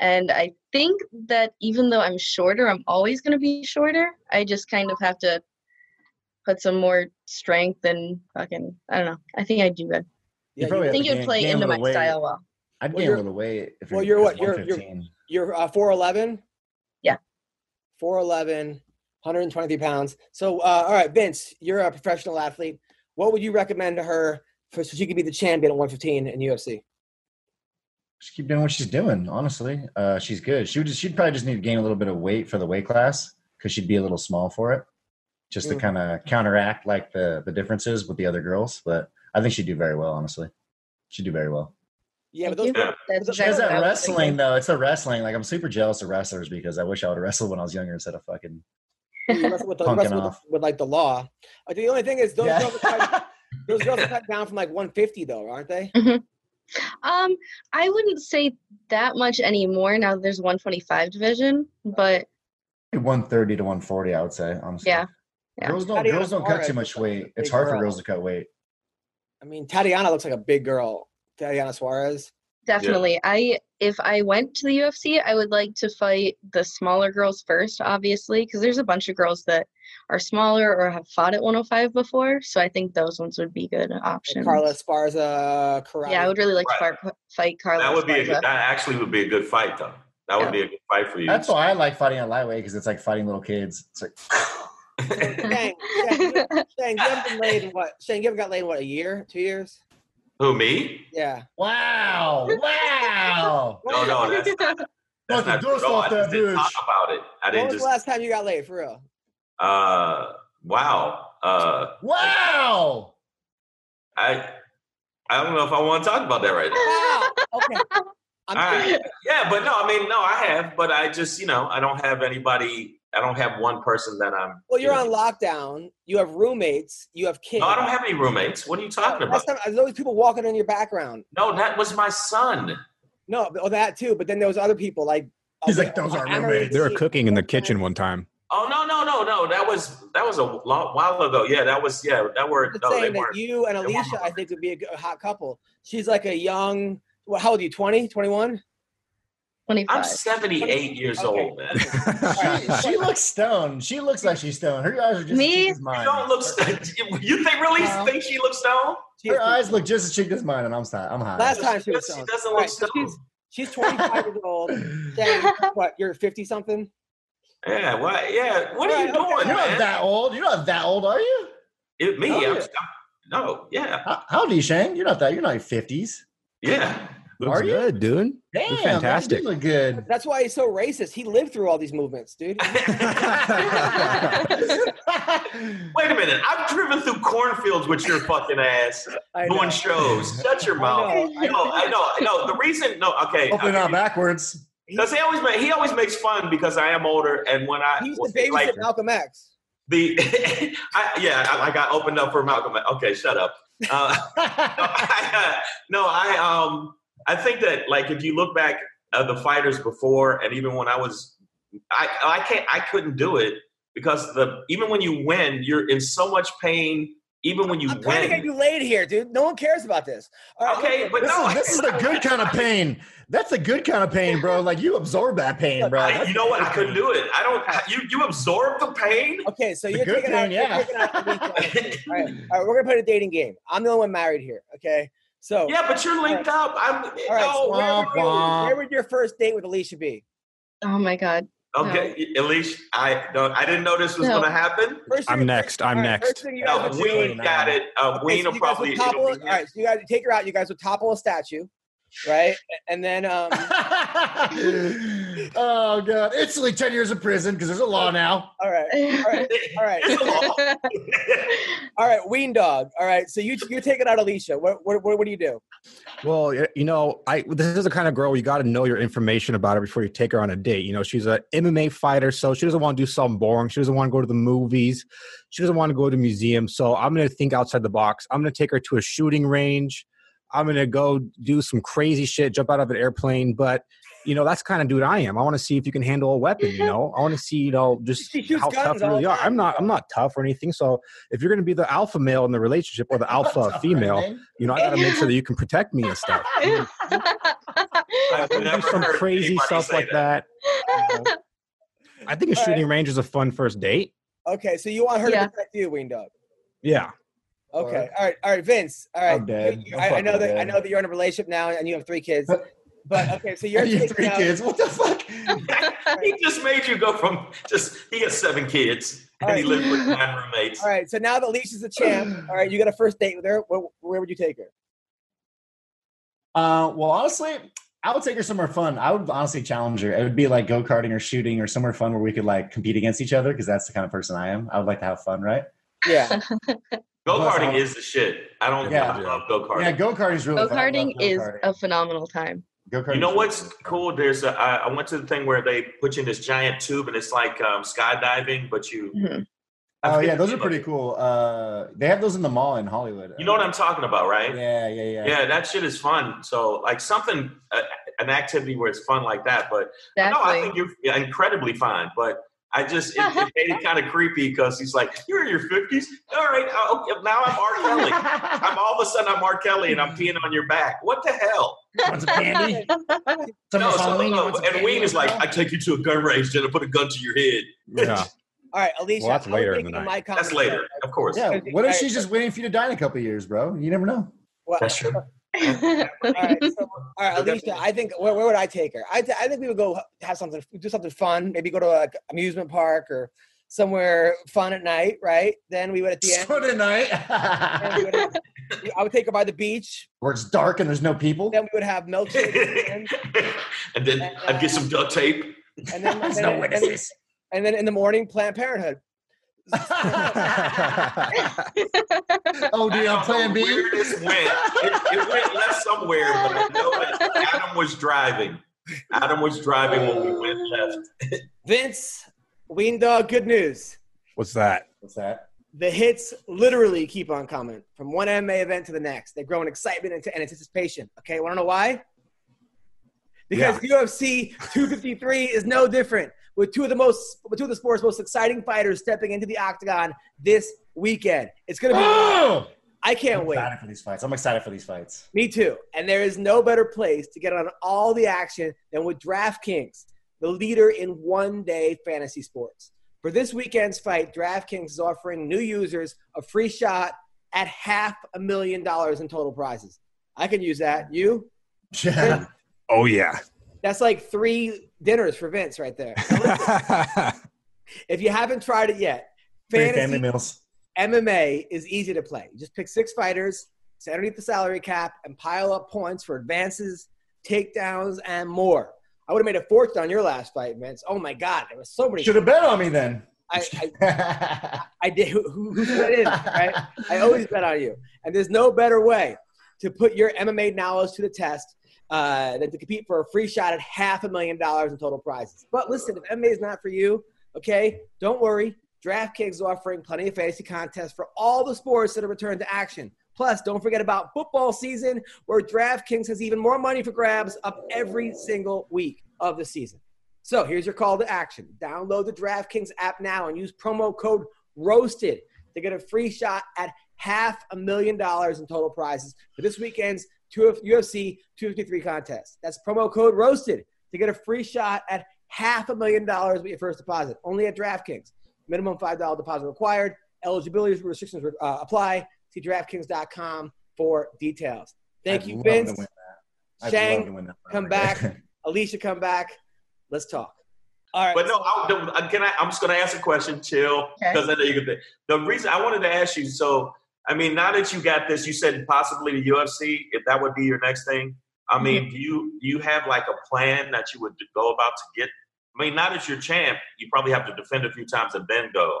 Speaker 7: And I think that even though I'm shorter, I'm always going to be shorter. I just kind of have to put some more strength and fucking. I don't know. I think I do good.
Speaker 4: You
Speaker 3: Yeah,
Speaker 4: probably
Speaker 3: you,
Speaker 7: I think it would
Speaker 4: gain-
Speaker 7: play
Speaker 4: gain a
Speaker 7: into my
Speaker 4: little weight.
Speaker 7: style well.
Speaker 4: I'd
Speaker 3: Well,
Speaker 4: gain a
Speaker 3: you're-
Speaker 4: little weight if
Speaker 3: well,
Speaker 4: you're.
Speaker 3: you're what?
Speaker 4: it's
Speaker 3: You're- you're-
Speaker 4: 115.
Speaker 3: you're uh, 4'11.
Speaker 7: Yeah.
Speaker 3: 4'11, 123 pounds. So, uh, all right, Vince, you're a professional athlete. What would you recommend to her for, so she could be the champion at 115 in UFC?
Speaker 4: Just keep doing what she's doing. Honestly, uh, she's good. She would. Just, she'd probably just need to gain a little bit of weight for the weight class because she'd be a little small for it, just to
Speaker 3: Mm.
Speaker 4: kind of counteract like the the differences with the other girls. But I think she'd do very well. Honestly, she'd do very well.
Speaker 3: Yeah, but
Speaker 7: Thank
Speaker 3: those
Speaker 7: you.
Speaker 6: Yeah.
Speaker 7: That's
Speaker 3: But
Speaker 4: She has
Speaker 7: exactly
Speaker 4: that
Speaker 7: what I was thinking.
Speaker 4: wrestling though. It's a wrestling. Like I'm super jealous of wrestlers because I wish I would have wrestled when I was younger instead of fucking.
Speaker 3: you wrestle with, the, you
Speaker 4: Punking
Speaker 3: wrestle with,
Speaker 4: off.
Speaker 3: with like the law. I think the only thing is those girls, are cut,
Speaker 4: Yeah.
Speaker 3: those girls are cut down from like 150 though, aren't they?
Speaker 7: Um, I wouldn't say that much anymore. Now that there's 125 division, but
Speaker 4: 130 to 140, I would say. Honestly,
Speaker 7: yeah, yeah.
Speaker 4: Girls
Speaker 3: Not
Speaker 4: don't.
Speaker 3: even
Speaker 4: Girls don't
Speaker 3: hard
Speaker 4: cut too
Speaker 3: as
Speaker 4: much
Speaker 3: a
Speaker 4: weight.
Speaker 3: big
Speaker 4: It's hard for
Speaker 3: girl.
Speaker 4: girls to cut weight.
Speaker 3: I mean, Tatiana looks like a big girl. Tatiana Suarez.
Speaker 7: Definitely. I if I went to the UFC, I would like to fight the smaller girls first, obviously, because there's a bunch of girls that are smaller or have fought at 105 before. So I think those ones would be good
Speaker 3: Like
Speaker 7: options.
Speaker 3: Carla Sparza, karate.
Speaker 7: yeah, I would really like
Speaker 6: Right.
Speaker 7: to fight, fight Carla.
Speaker 6: That would be a
Speaker 7: Esparza.
Speaker 6: good, that actually would be a good fight though. That would
Speaker 7: Yeah.
Speaker 6: be a good fight for you.
Speaker 4: That's why I like fighting at lightweight because it's like fighting little kids. It's like
Speaker 3: Shane, Shane, you- Shane, you haven't been laid in what? Shane, you haven't got laid in what? A year? Two years?
Speaker 6: Who me?
Speaker 3: Yeah.
Speaker 4: Wow! Wow!
Speaker 6: No, Oh, no, that's that's not
Speaker 4: Fucking
Speaker 6: true.
Speaker 4: dust off
Speaker 6: I just
Speaker 4: that
Speaker 6: didn't talk
Speaker 4: bitch.
Speaker 6: about it. I
Speaker 3: When
Speaker 6: didn't
Speaker 3: was
Speaker 6: just.
Speaker 3: the last time you got laid? For real?
Speaker 6: Uh, wow. Uh,
Speaker 4: Wow!
Speaker 6: I I don't know if I want to talk about that right now.
Speaker 3: Wow. Ah, Okay. I'm
Speaker 6: All
Speaker 3: kidding.
Speaker 6: right. Yeah, but no, I mean, no, I have, but I just, you know, I don't have anybody. I don't have one person that I'm.
Speaker 3: Well, you're
Speaker 6: you
Speaker 3: on
Speaker 6: know-
Speaker 3: lockdown. You have roommates. You have kids.
Speaker 6: No, I don't have any roommates. What are you talking about?
Speaker 3: Last time, there's always people walking in your background.
Speaker 6: No, that was my son.
Speaker 3: No, but- oh, that too. But then there was other people like. uh,
Speaker 5: He's like, those aren't
Speaker 3: Emery
Speaker 5: roommates. They were
Speaker 3: Lee.
Speaker 5: cooking in the kitchen one time.
Speaker 6: Oh no, no, no, no. That was that was a long while ago. Yeah, that was yeah. That were
Speaker 3: I'm just
Speaker 6: no, they
Speaker 3: saying that
Speaker 6: weren't.
Speaker 3: you and
Speaker 6: they weren't
Speaker 3: Alicia, I think, would be a, good- a hot couple. She's like a young. Well, how old are you? 20, 21?
Speaker 7: 25.
Speaker 6: I'm 78 years
Speaker 3: Okay.
Speaker 6: old, man. You
Speaker 4: She looks stoned. She looks like she's stoned. Her eyes are just
Speaker 7: Me?
Speaker 4: as thick as mine.
Speaker 6: don't look. st- You think really
Speaker 7: No.
Speaker 6: think she looks stoned?
Speaker 3: She is
Speaker 4: Her eyes look just as chic as mine, and I'm hot. I'm hot.
Speaker 3: Last time she was
Speaker 6: She
Speaker 3: stoned.
Speaker 6: doesn't
Speaker 3: All
Speaker 6: look
Speaker 3: right, so
Speaker 6: stoned.
Speaker 3: she's she's 25 years old. Shane, what? You're 50 something.
Speaker 6: Yeah, well, yeah. What are you
Speaker 3: All right, okay.
Speaker 6: doing,
Speaker 4: You're not
Speaker 6: man?
Speaker 4: that old. You're not that old, are you?
Speaker 6: It, me?
Speaker 4: Oh,
Speaker 6: I'm,
Speaker 4: yeah.
Speaker 6: no, yeah,
Speaker 4: How, how old are you, Shane? You're not that. You're not in your 50s.
Speaker 6: yeah.
Speaker 5: Looks
Speaker 4: Are you?
Speaker 5: good, dude.
Speaker 4: Damn, man,
Speaker 5: fantastic.
Speaker 4: You look good.
Speaker 3: That's why he's so racist. He lived through all these movements, dude.
Speaker 6: Wait a minute. I've driven through cornfields with your fucking ass
Speaker 3: I know.
Speaker 6: doing shows. Shut your
Speaker 3: I
Speaker 6: mouth.
Speaker 3: know.
Speaker 6: I know, I know, I know. The reason, no, okay.
Speaker 4: Hopefully not backwards.
Speaker 6: Because he always ma- he always makes fun because I am older and when I
Speaker 3: He used to babysit
Speaker 6: like
Speaker 3: Malcolm X.
Speaker 6: the I, yeah I, like I opened up for Malcolm. Okay, shut up. Uh, no, I um I think that like if you look back at the fighters before and even when I was I I can't I couldn't do it because the even when you win you're in so much pain even when you
Speaker 3: I'm trying to get
Speaker 6: win.
Speaker 3: you laid here, dude. No one cares about this. All right,
Speaker 6: Okay,
Speaker 3: look,
Speaker 6: but
Speaker 4: This
Speaker 6: no,
Speaker 4: is, this is the good kind of pain. That's the good kind of pain, bro. Like you absorb that pain, bro.
Speaker 6: I,
Speaker 4: That's
Speaker 6: you know what? I couldn't do it. I don't. You you absorb the pain.
Speaker 3: okay, so
Speaker 4: the
Speaker 3: you're
Speaker 4: good
Speaker 3: taking, out,
Speaker 4: thing, yeah.
Speaker 3: you're taking out. the weak ones. all, right, all right, we're gonna play a dating game. I'm the only one married here. Okay, So
Speaker 6: Yeah, but you're linked up. I'm
Speaker 3: all right, so
Speaker 6: oh,
Speaker 3: where, would
Speaker 5: Womp
Speaker 3: your,
Speaker 5: womp.
Speaker 3: where would your first date with Alicia be?
Speaker 7: Oh my god.
Speaker 6: okay. Alicia, I don't I didn't know this was
Speaker 7: No.
Speaker 6: gonna happen.
Speaker 3: First
Speaker 5: I'm
Speaker 3: thing-
Speaker 5: next, I'm
Speaker 3: all right,
Speaker 5: next.
Speaker 3: First thing you
Speaker 6: Uh,
Speaker 3: guys would do-
Speaker 6: Ween got it. Uh,
Speaker 3: Okay,
Speaker 6: Ween
Speaker 3: so
Speaker 6: will
Speaker 3: you guys would
Speaker 6: probably
Speaker 3: topple-
Speaker 6: it'll be
Speaker 3: all right, so you guys would take her out. You guys would topple a statue, right? And then um,
Speaker 4: oh god! Instantly ten years in prison because there's a law now.
Speaker 3: all right, right. all right,
Speaker 6: It's a law.
Speaker 3: all right, Ween dog. All right, so you you're taking out Alicia. What what what, what do you do?
Speaker 5: Well, y- you know, I this is the kind of girl you got to know your information about her before you take her on a date. You know, she's a MMA fighter, so she doesn't want to do something boring. She doesn't want to go to the movies. She doesn't want to go to museums. So I'm going to think outside the box. I'm going to take her to a shooting range. I'm going to go do some crazy shit, jump out of an airplane. But you know, that's the kind of dude I am. I want to see if you can handle a weapon. You know, I want to see you know just
Speaker 3: She shoots
Speaker 5: how tough
Speaker 3: guns
Speaker 5: you
Speaker 3: all
Speaker 5: really
Speaker 3: the
Speaker 5: are.
Speaker 3: time.
Speaker 5: I'm not. I'm not tough or anything. So if you're going to be the alpha male in the relationship or the alpha female. You know, I gotta make sure that you can protect me and stuff.
Speaker 6: I've
Speaker 5: Like, do
Speaker 6: never
Speaker 5: some
Speaker 6: heard
Speaker 5: crazy
Speaker 6: anybody
Speaker 5: stuff
Speaker 6: say
Speaker 5: like that. I think a
Speaker 3: All right.
Speaker 5: shooting range is a fun first date.
Speaker 3: Okay, so you want her
Speaker 7: Yeah.
Speaker 3: to protect you, Ween dog.
Speaker 5: Yeah.
Speaker 3: Okay,
Speaker 4: Alright.
Speaker 3: all right, all right, Vince. All right,
Speaker 4: I'm dead.
Speaker 3: You-
Speaker 4: I'm
Speaker 3: I, I know
Speaker 4: fucking
Speaker 3: that I
Speaker 4: dead.
Speaker 3: know that you're in a relationship now and you have three kids, but okay, so you're
Speaker 4: And you have
Speaker 3: taking
Speaker 4: three
Speaker 3: out-
Speaker 4: kids. What the fuck?
Speaker 6: he just made you go from just he has seven kids and he
Speaker 3: All
Speaker 6: lived with nine roommates.
Speaker 3: All right, so now that Alicia's a champ, all right, you got a first date with her. Where, where would you take her?
Speaker 4: Uh, well, honestly, I would take her somewhere fun. I would honestly challenge her. It would be like go karting or shooting or somewhere fun where we could like compete against each other because that's the kind of person I am. I would like to have fun, right?
Speaker 3: Yeah,
Speaker 6: Go
Speaker 4: Plus,
Speaker 6: karting
Speaker 4: I-
Speaker 6: is the shit. I don't
Speaker 4: Yeah.
Speaker 6: I love go karting.
Speaker 4: Yeah, go karting is really
Speaker 7: Go
Speaker 4: fun. I love
Speaker 7: karting is a phenomenal time.
Speaker 4: Go-karting
Speaker 6: You know
Speaker 4: is-
Speaker 6: what's cool? There's a, I, I went to the thing where they put you in this giant tube and it's like um, skydiving, but you.
Speaker 3: Mm-hmm.
Speaker 7: Mhm.
Speaker 6: I
Speaker 4: Oh
Speaker 6: forget
Speaker 4: yeah, those
Speaker 6: the
Speaker 4: are
Speaker 6: name of
Speaker 4: pretty
Speaker 6: it.
Speaker 4: cool. Uh, they have those in the mall in Hollywood.
Speaker 6: You know what I'm talking about, right?
Speaker 4: Yeah, yeah, yeah.
Speaker 6: Yeah, that shit is fun. So like something, uh, an activity where it's fun like that. But no, I
Speaker 7: Exactly.
Speaker 6: think you're yeah, incredibly fine. But I just it, it made it kind of creepy because he's like, you're in your fifties. All right, uh, okay, now I'm Mark Kelly. I'm all of a sudden I'm Mark Kelly and I'm peeing on your back. What the hell?
Speaker 4: Want some candy? Some
Speaker 6: No, so,
Speaker 4: Halloween, you
Speaker 6: uh,
Speaker 4: want some
Speaker 6: and
Speaker 4: candy?
Speaker 6: Wayne is like, I take you to a gun range, then I put a gun to your head.
Speaker 5: Yeah.
Speaker 3: all right, Alicia.
Speaker 5: Well, that's
Speaker 3: I would
Speaker 5: later in
Speaker 3: take
Speaker 5: the
Speaker 3: her to
Speaker 5: night.
Speaker 3: my comedy
Speaker 6: That's
Speaker 3: show.
Speaker 6: later, of course.
Speaker 4: yeah. What if she's just waiting for you to die in a couple of years, bro? You never know.
Speaker 3: Well,
Speaker 6: That's true.
Speaker 3: all right, so, all right, Alicia. I think where, where would I take her? I, th- I think we would go have something, do something fun. Maybe go to like amusement park or somewhere fun at night, right? Then we would at the end.
Speaker 4: So
Speaker 3: then we
Speaker 4: tonight,
Speaker 3: would have- I would take her by the beach.
Speaker 4: where it's dark and there's no people.
Speaker 3: Then we would have milkshakes, at the end,
Speaker 6: and then I'd get some duct tape.
Speaker 3: and then,
Speaker 4: There's
Speaker 3: then-
Speaker 4: no
Speaker 3: and-
Speaker 4: witnesses.
Speaker 3: and then in the morning, Planned Parenthood.
Speaker 4: oh,
Speaker 6: I
Speaker 4: dude, I'm
Speaker 6: don't
Speaker 4: playing
Speaker 6: know
Speaker 4: B.
Speaker 6: Where this went. It, it went left somewhere, but I know that Adam was driving. Adam was driving when we went left.
Speaker 3: Vince, Ween Dog, good news.
Speaker 5: What's that?
Speaker 4: What's that?
Speaker 3: The hits literally keep on coming from one MMA event to the next. They grow in excitement and, and anticipation. Okay, want to know why? Because UFC 253 is no different. With two of the most, with two of the sport's most exciting fighters stepping into the octagon this weekend, it's gonna be.
Speaker 4: Oh!
Speaker 3: I can't
Speaker 4: I'm
Speaker 3: wait.
Speaker 4: excited for these fights. I'm excited for these fights.
Speaker 3: Me too. And there is no better place to get on all the action than with DraftKings, the leader in one day fantasy sports. For this weekend's fight, DraftKings is offering new users a free shot at half a million dollars in total prizes. I can use that. You?
Speaker 4: Yeah.
Speaker 5: Oh yeah.
Speaker 3: That's like three dinners for Vince right there. if you haven't tried it yet,
Speaker 4: Free
Speaker 3: fantasy
Speaker 4: family meals.
Speaker 3: MMA is easy to play. You just pick six fighters, sit underneath the salary cap, and pile up points for advances, takedowns, and more. I would have made a fortune on your last fight, Vince. Oh my God, there was so many.
Speaker 4: Should have bet on me then.
Speaker 3: I, I, I did. Who, who, who put it in? Right? I always bet on you. And there's no better way to put your MMA knowledge to the test uh, than to compete for a free shot at half a million dollars in total prizes. But listen, if MMA is not for you, okay, don't worry. DraftKings is offering plenty of fantasy contests for all the sports that are returned to action. Plus, don't forget about football season, where DraftKings has even more money for grabs up every single week of the season. So here's your call to action. Download the DraftKings app now and use promo code ROASTED to get a free shot at half a million dollars in total prizes for this weekend's 2 UFC 253 contest. That's promo code ROASTED to get a free shot at half a million dollars with your first deposit, only at DraftKings. Minimum $5 deposit required. Eligibility restrictions uh, apply. See DraftKings.com for details. Thank
Speaker 4: I'd
Speaker 3: you,
Speaker 4: love to
Speaker 3: Vince.
Speaker 4: win that. I'd
Speaker 3: Shang,
Speaker 4: love to win that
Speaker 3: come
Speaker 4: Lowry.
Speaker 3: Alicia, come back. Let's talk. All right.
Speaker 6: But no, I, the, uh, can I, I'm just going to ask a question, chill,
Speaker 7: Okay.
Speaker 6: because I know you can think. The reason I wanted to ask you, so I mean, now that you got this, you said possibly the UFC, if that would be your next thing. I
Speaker 7: Mm-hmm.
Speaker 6: mean, do you do you have like a plan that you would go about to get? I mean, now that you're champ, you probably have to defend a few times and then go.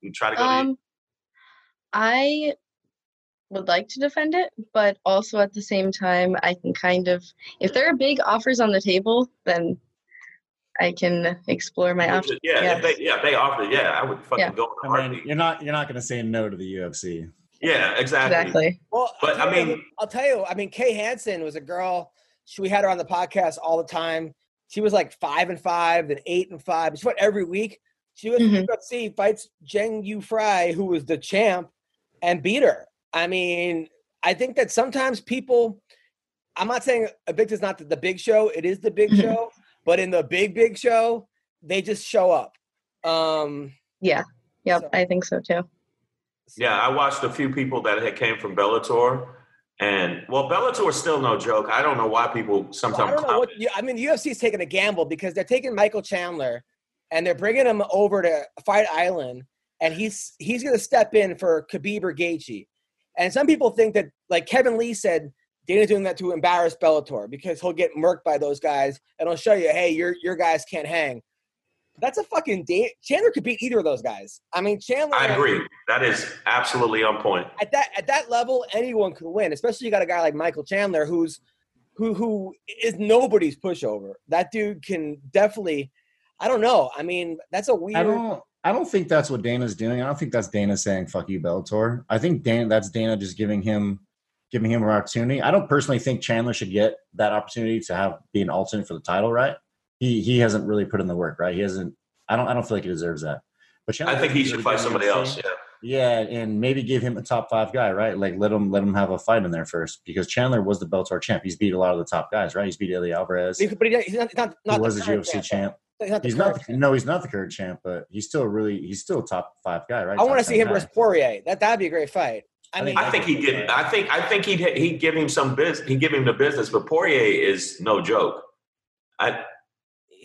Speaker 6: You try to go. to,
Speaker 7: Um, I would like to defend it, but also at the same time, I can kind of, if there are big offers on the table, then I can explore my options.
Speaker 6: yeah,
Speaker 7: yeah.
Speaker 6: If they, yeah, if they offered. it, Yeah, I would fucking
Speaker 7: Yeah.
Speaker 6: go in a
Speaker 4: I mean,
Speaker 6: heartbeat.
Speaker 4: you're not you're not going to say no to the UFC.
Speaker 6: yeah, exactly.
Speaker 7: Exactly.
Speaker 3: Well,
Speaker 6: But,
Speaker 3: I'll
Speaker 6: I
Speaker 3: tell you-
Speaker 6: mean-
Speaker 3: I'll tell you. I mean, Kay Hansen was a girl. She, we had her on the podcast all the time. She was like five and five, then eight and five. She fought every week. She was
Speaker 7: Mhm.
Speaker 3: UFC fights Zheng Yu Fry, who was the champ, and beat her. I mean, I think that sometimes people. I'm not saying Evicta's not the, the big show. It is the big
Speaker 7: Mhm.
Speaker 3: show, but in the big big show, they just show up. Um,
Speaker 7: Yeah. Yep.
Speaker 3: So-
Speaker 7: I think so too.
Speaker 6: Yeah, I watched a few people that had came from Bellator, and well, Bellator's still no joke. I don't know why people
Speaker 3: Well, I
Speaker 6: sometimes.
Speaker 3: don't know
Speaker 6: comment.
Speaker 3: what. you- I mean, UFC's taking a gamble because they're taking Michael Chandler and they're bringing him over to Fight Island, and he's he's going to step in for Khabib or Gaethje. And some people think that, like Kevin Lee said, Dana's doing that to embarrass Bellator because he'll get murked by those guys, and he'll show you, hey, your your guys can't hang. That's a fucking da- Chandler could beat either of those guys. I mean, Chandler.
Speaker 6: I agree. That is absolutely on point.
Speaker 3: at that at that level, anyone could win. Especially you got a guy like Michael Chandler, who's who who is nobody's pushover. That dude can definitely. I don't know. I mean, that's a weird.
Speaker 4: I don't. I don't think that's what Dana's doing. I don't think that's Dana saying "fuck you, Bellator." I think Dana. That's Dana just giving him, giving him an opportunity. I don't personally think Chandler should get that opportunity to have be an alternate for the title. Right? He he hasn't really put in the work. Right? He hasn't. I don't. I don't feel like he deserves that. But Chandler
Speaker 6: I think he
Speaker 4: doesn't
Speaker 6: should
Speaker 4: really
Speaker 6: fight
Speaker 4: get
Speaker 6: somebody
Speaker 4: UFC.
Speaker 6: else. Yeah.
Speaker 4: Yeah, and maybe give him a top five guy. Right? Like let him let him have a fight in there first because Chandler was the Bellator champ. He's beat a lot of the top guys. Right? He's beat Eddie Alvarez.
Speaker 3: He- But he, he's not. not, not
Speaker 4: he
Speaker 3: the
Speaker 4: was a
Speaker 3: current
Speaker 4: UFC champ.
Speaker 3: though. He's not. The
Speaker 4: He's not.
Speaker 3: current
Speaker 4: The,
Speaker 3: champ.
Speaker 4: no, he's not the current champ, but he's still really. He's still a top five guy, right?
Speaker 3: I want to
Speaker 4: Top
Speaker 3: see
Speaker 4: ten
Speaker 3: him
Speaker 4: guy.
Speaker 3: versus Poirier. That that'd be a great fight. I,
Speaker 4: I
Speaker 3: mean,
Speaker 4: think
Speaker 6: I think he'd get. I think. I think he'd he'd give him some business. He'd give him the business. But Poirier is no joke. I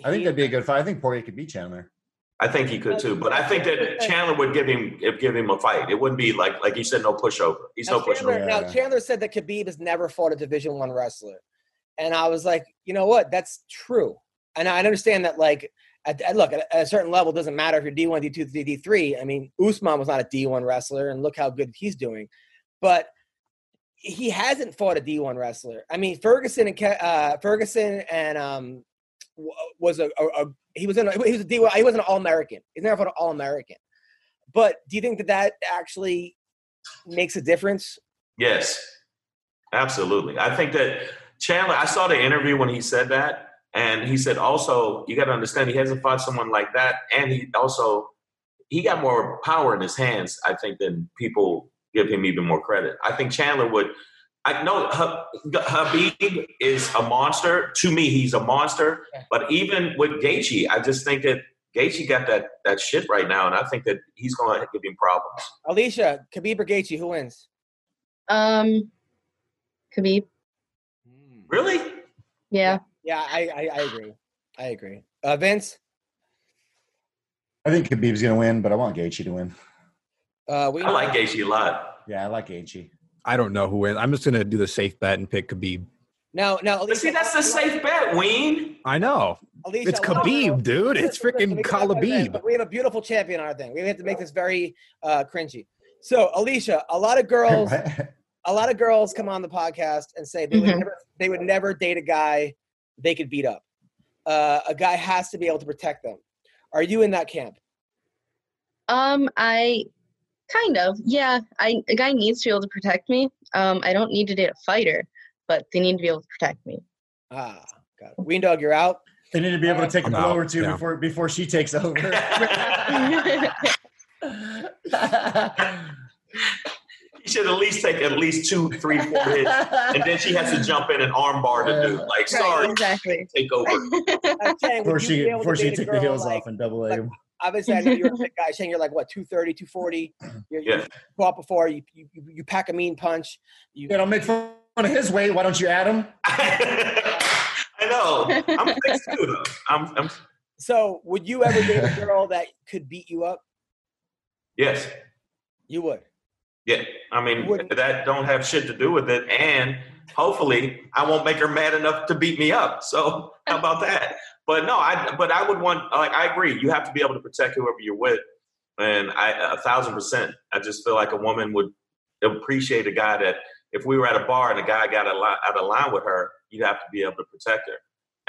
Speaker 4: I think
Speaker 3: he-
Speaker 4: that'd be a good fight. I think Poirier could beat Chandler.
Speaker 6: I think he could too. But I think that Chandler would give him if give him a fight. It wouldn't be like like you said, no pushover. He's
Speaker 3: Now
Speaker 6: no pushover.
Speaker 3: Chandler, now
Speaker 4: Yeah.
Speaker 3: Chandler said that Khabib has never fought a Division One wrestler, and I was like, you know what? That's true, and I understand that. Like, at, at- look, at a certain level, it doesn't matter if you're D one, D two, D three. I mean, Usman was not a D one wrestler, and look how good he's doing. But he hasn't fought a D one wrestler. I mean, Ferguson and Ke- uh, Ferguson and um, w- was a, a, a he was in a, he was a D one. He wasn't an All American. He's never fought an All American. But do you think that that actually makes a difference?
Speaker 6: Yes, absolutely. I think that Chandler, I saw the interview when he said that, and he said also, you got to understand, he hasn't fought someone like that, and he also he got more power in his hands, I think, than people give him even more credit. I think Chandler would. I know Ha- Habib is a monster. To me, he's a monster. But even with Gaethje, I just think that Gaethje got that that shit right now, and I think that he's going to give him problems.
Speaker 3: Alicia, Khabib or Gaethje, who wins?
Speaker 7: Um, Khabib.
Speaker 6: Hmm. Really?
Speaker 7: Yeah.
Speaker 3: Yeah, I, I, I agree. I agree. Uh, Vince,
Speaker 4: I think Khabib's gonna win, but I want Gaethje to win.
Speaker 3: uh, we
Speaker 6: I like Gaethje a lot.
Speaker 4: Yeah, I like Gaethje.
Speaker 5: I don't know who wins. I'm just gonna do the safe bet and pick Khabib.
Speaker 3: now now
Speaker 6: But
Speaker 3: Alicia.
Speaker 6: see, that's the safe bet, Ween.
Speaker 5: I know
Speaker 3: Alicia,
Speaker 5: it's
Speaker 3: I wanna know-
Speaker 5: Khabib, dude. It's
Speaker 3: Listen, listen,
Speaker 5: freaking
Speaker 3: listen, listen, listen,
Speaker 5: Khabib.
Speaker 3: We have a beautiful champion on our thing. We have to make this very uh, cringy. So, Alicia, a lot of girls, a lot of girls come on the podcast and say they would
Speaker 4: Mm-hmm.
Speaker 7: Mhm.
Speaker 3: never, they would never date a guy they could beat up. Uh, a guy has to be able to protect them. Are you in that camp?
Speaker 7: Um, I kind of. Yeah. I a guy needs to be able to protect me. Um, I don't need to date a fighter, but they need to be able to protect me.
Speaker 3: Ah, got it. Ween dog, you're out.
Speaker 4: they need to be able to take a
Speaker 5: I'm
Speaker 4: blow
Speaker 5: out,
Speaker 4: or two
Speaker 5: yeah.
Speaker 4: before before she takes over.
Speaker 6: He should at least take at least two, three, four hits, and then she has to jump in an armbar to do. Like, sorry,
Speaker 7: exactly.
Speaker 6: take over.
Speaker 3: Uh, Chang, would you
Speaker 4: Before she
Speaker 3: be able to
Speaker 4: before she
Speaker 3: date a
Speaker 4: took the
Speaker 3: girl
Speaker 4: heels
Speaker 3: like-
Speaker 4: off and double A.
Speaker 3: obviously I know you're a big guy, Shane. You're like what 230, 240. You're, you
Speaker 6: Yeah.
Speaker 3: go out before you, you you pack a mean punch. You
Speaker 4: Dude, I'll make fun on his weight. Why don't you add him?
Speaker 6: I know. I'm six two though. I'm, I'm
Speaker 3: So, would you ever date a girl that could beat you up?
Speaker 6: yes.
Speaker 3: You would.
Speaker 6: Yeah. I mean
Speaker 3: Wouldn't-
Speaker 6: that don't have shit to do with it. And hopefully I won't make her mad enough to beat me up. So how about that? But no, I but I would want like I agree, you have to be able to protect whoever you're with. And I a thousand percent. I just feel like a woman would appreciate a guy that if we were at a bar and a guy got a lot out of line with her, you'd have to be able to protect her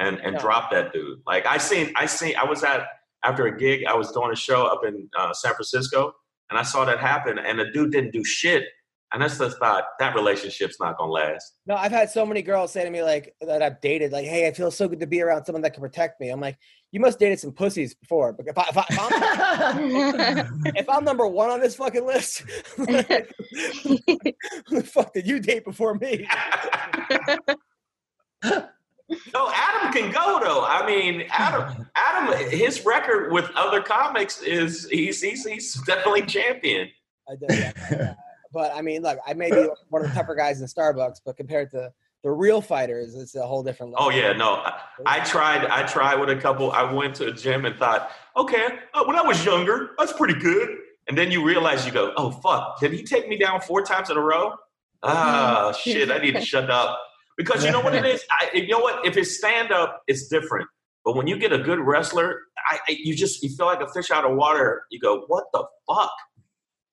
Speaker 6: and and
Speaker 3: Yeah.
Speaker 6: drop that dude. Like I seen I seen I was at after a gig I was doing a show up in uh, San Francisco and I saw that happen and the dude didn't do shit. And that's just about that relationship's not gonna last.
Speaker 3: No, I've had so many girls say to me like that I've dated, like, "Hey, I feel so good to be around someone that can protect me." I'm like, "You must dated some pussies before." But if, I, if, I, if, I'm,
Speaker 7: Um,
Speaker 3: if I'm number one on this fucking list, like, who the fuck did you date before me?
Speaker 6: No, Adam can go though. I mean, Adam, Adam, his record with other comics is he's he's, he's definitely champion.
Speaker 3: I did, yeah. but I mean, look, I may be one of the tougher guys in Starbucks, but compared to the real fighters, it's a whole different level.
Speaker 6: Oh yeah, no, I, I tried. I tried with a couple. I went to a gym and thought, okay, uh, when I was younger, that's pretty good. And then you realize you go, oh fuck, did he take me down four times in a row? Ah,
Speaker 3: Mm-hmm.
Speaker 6: shit, I need to shut up because you know what it is. I, you know what? If it's stand up, it's different. But when you get a good wrestler, I, I you just you feel like a fish out of water. You go, what the fuck?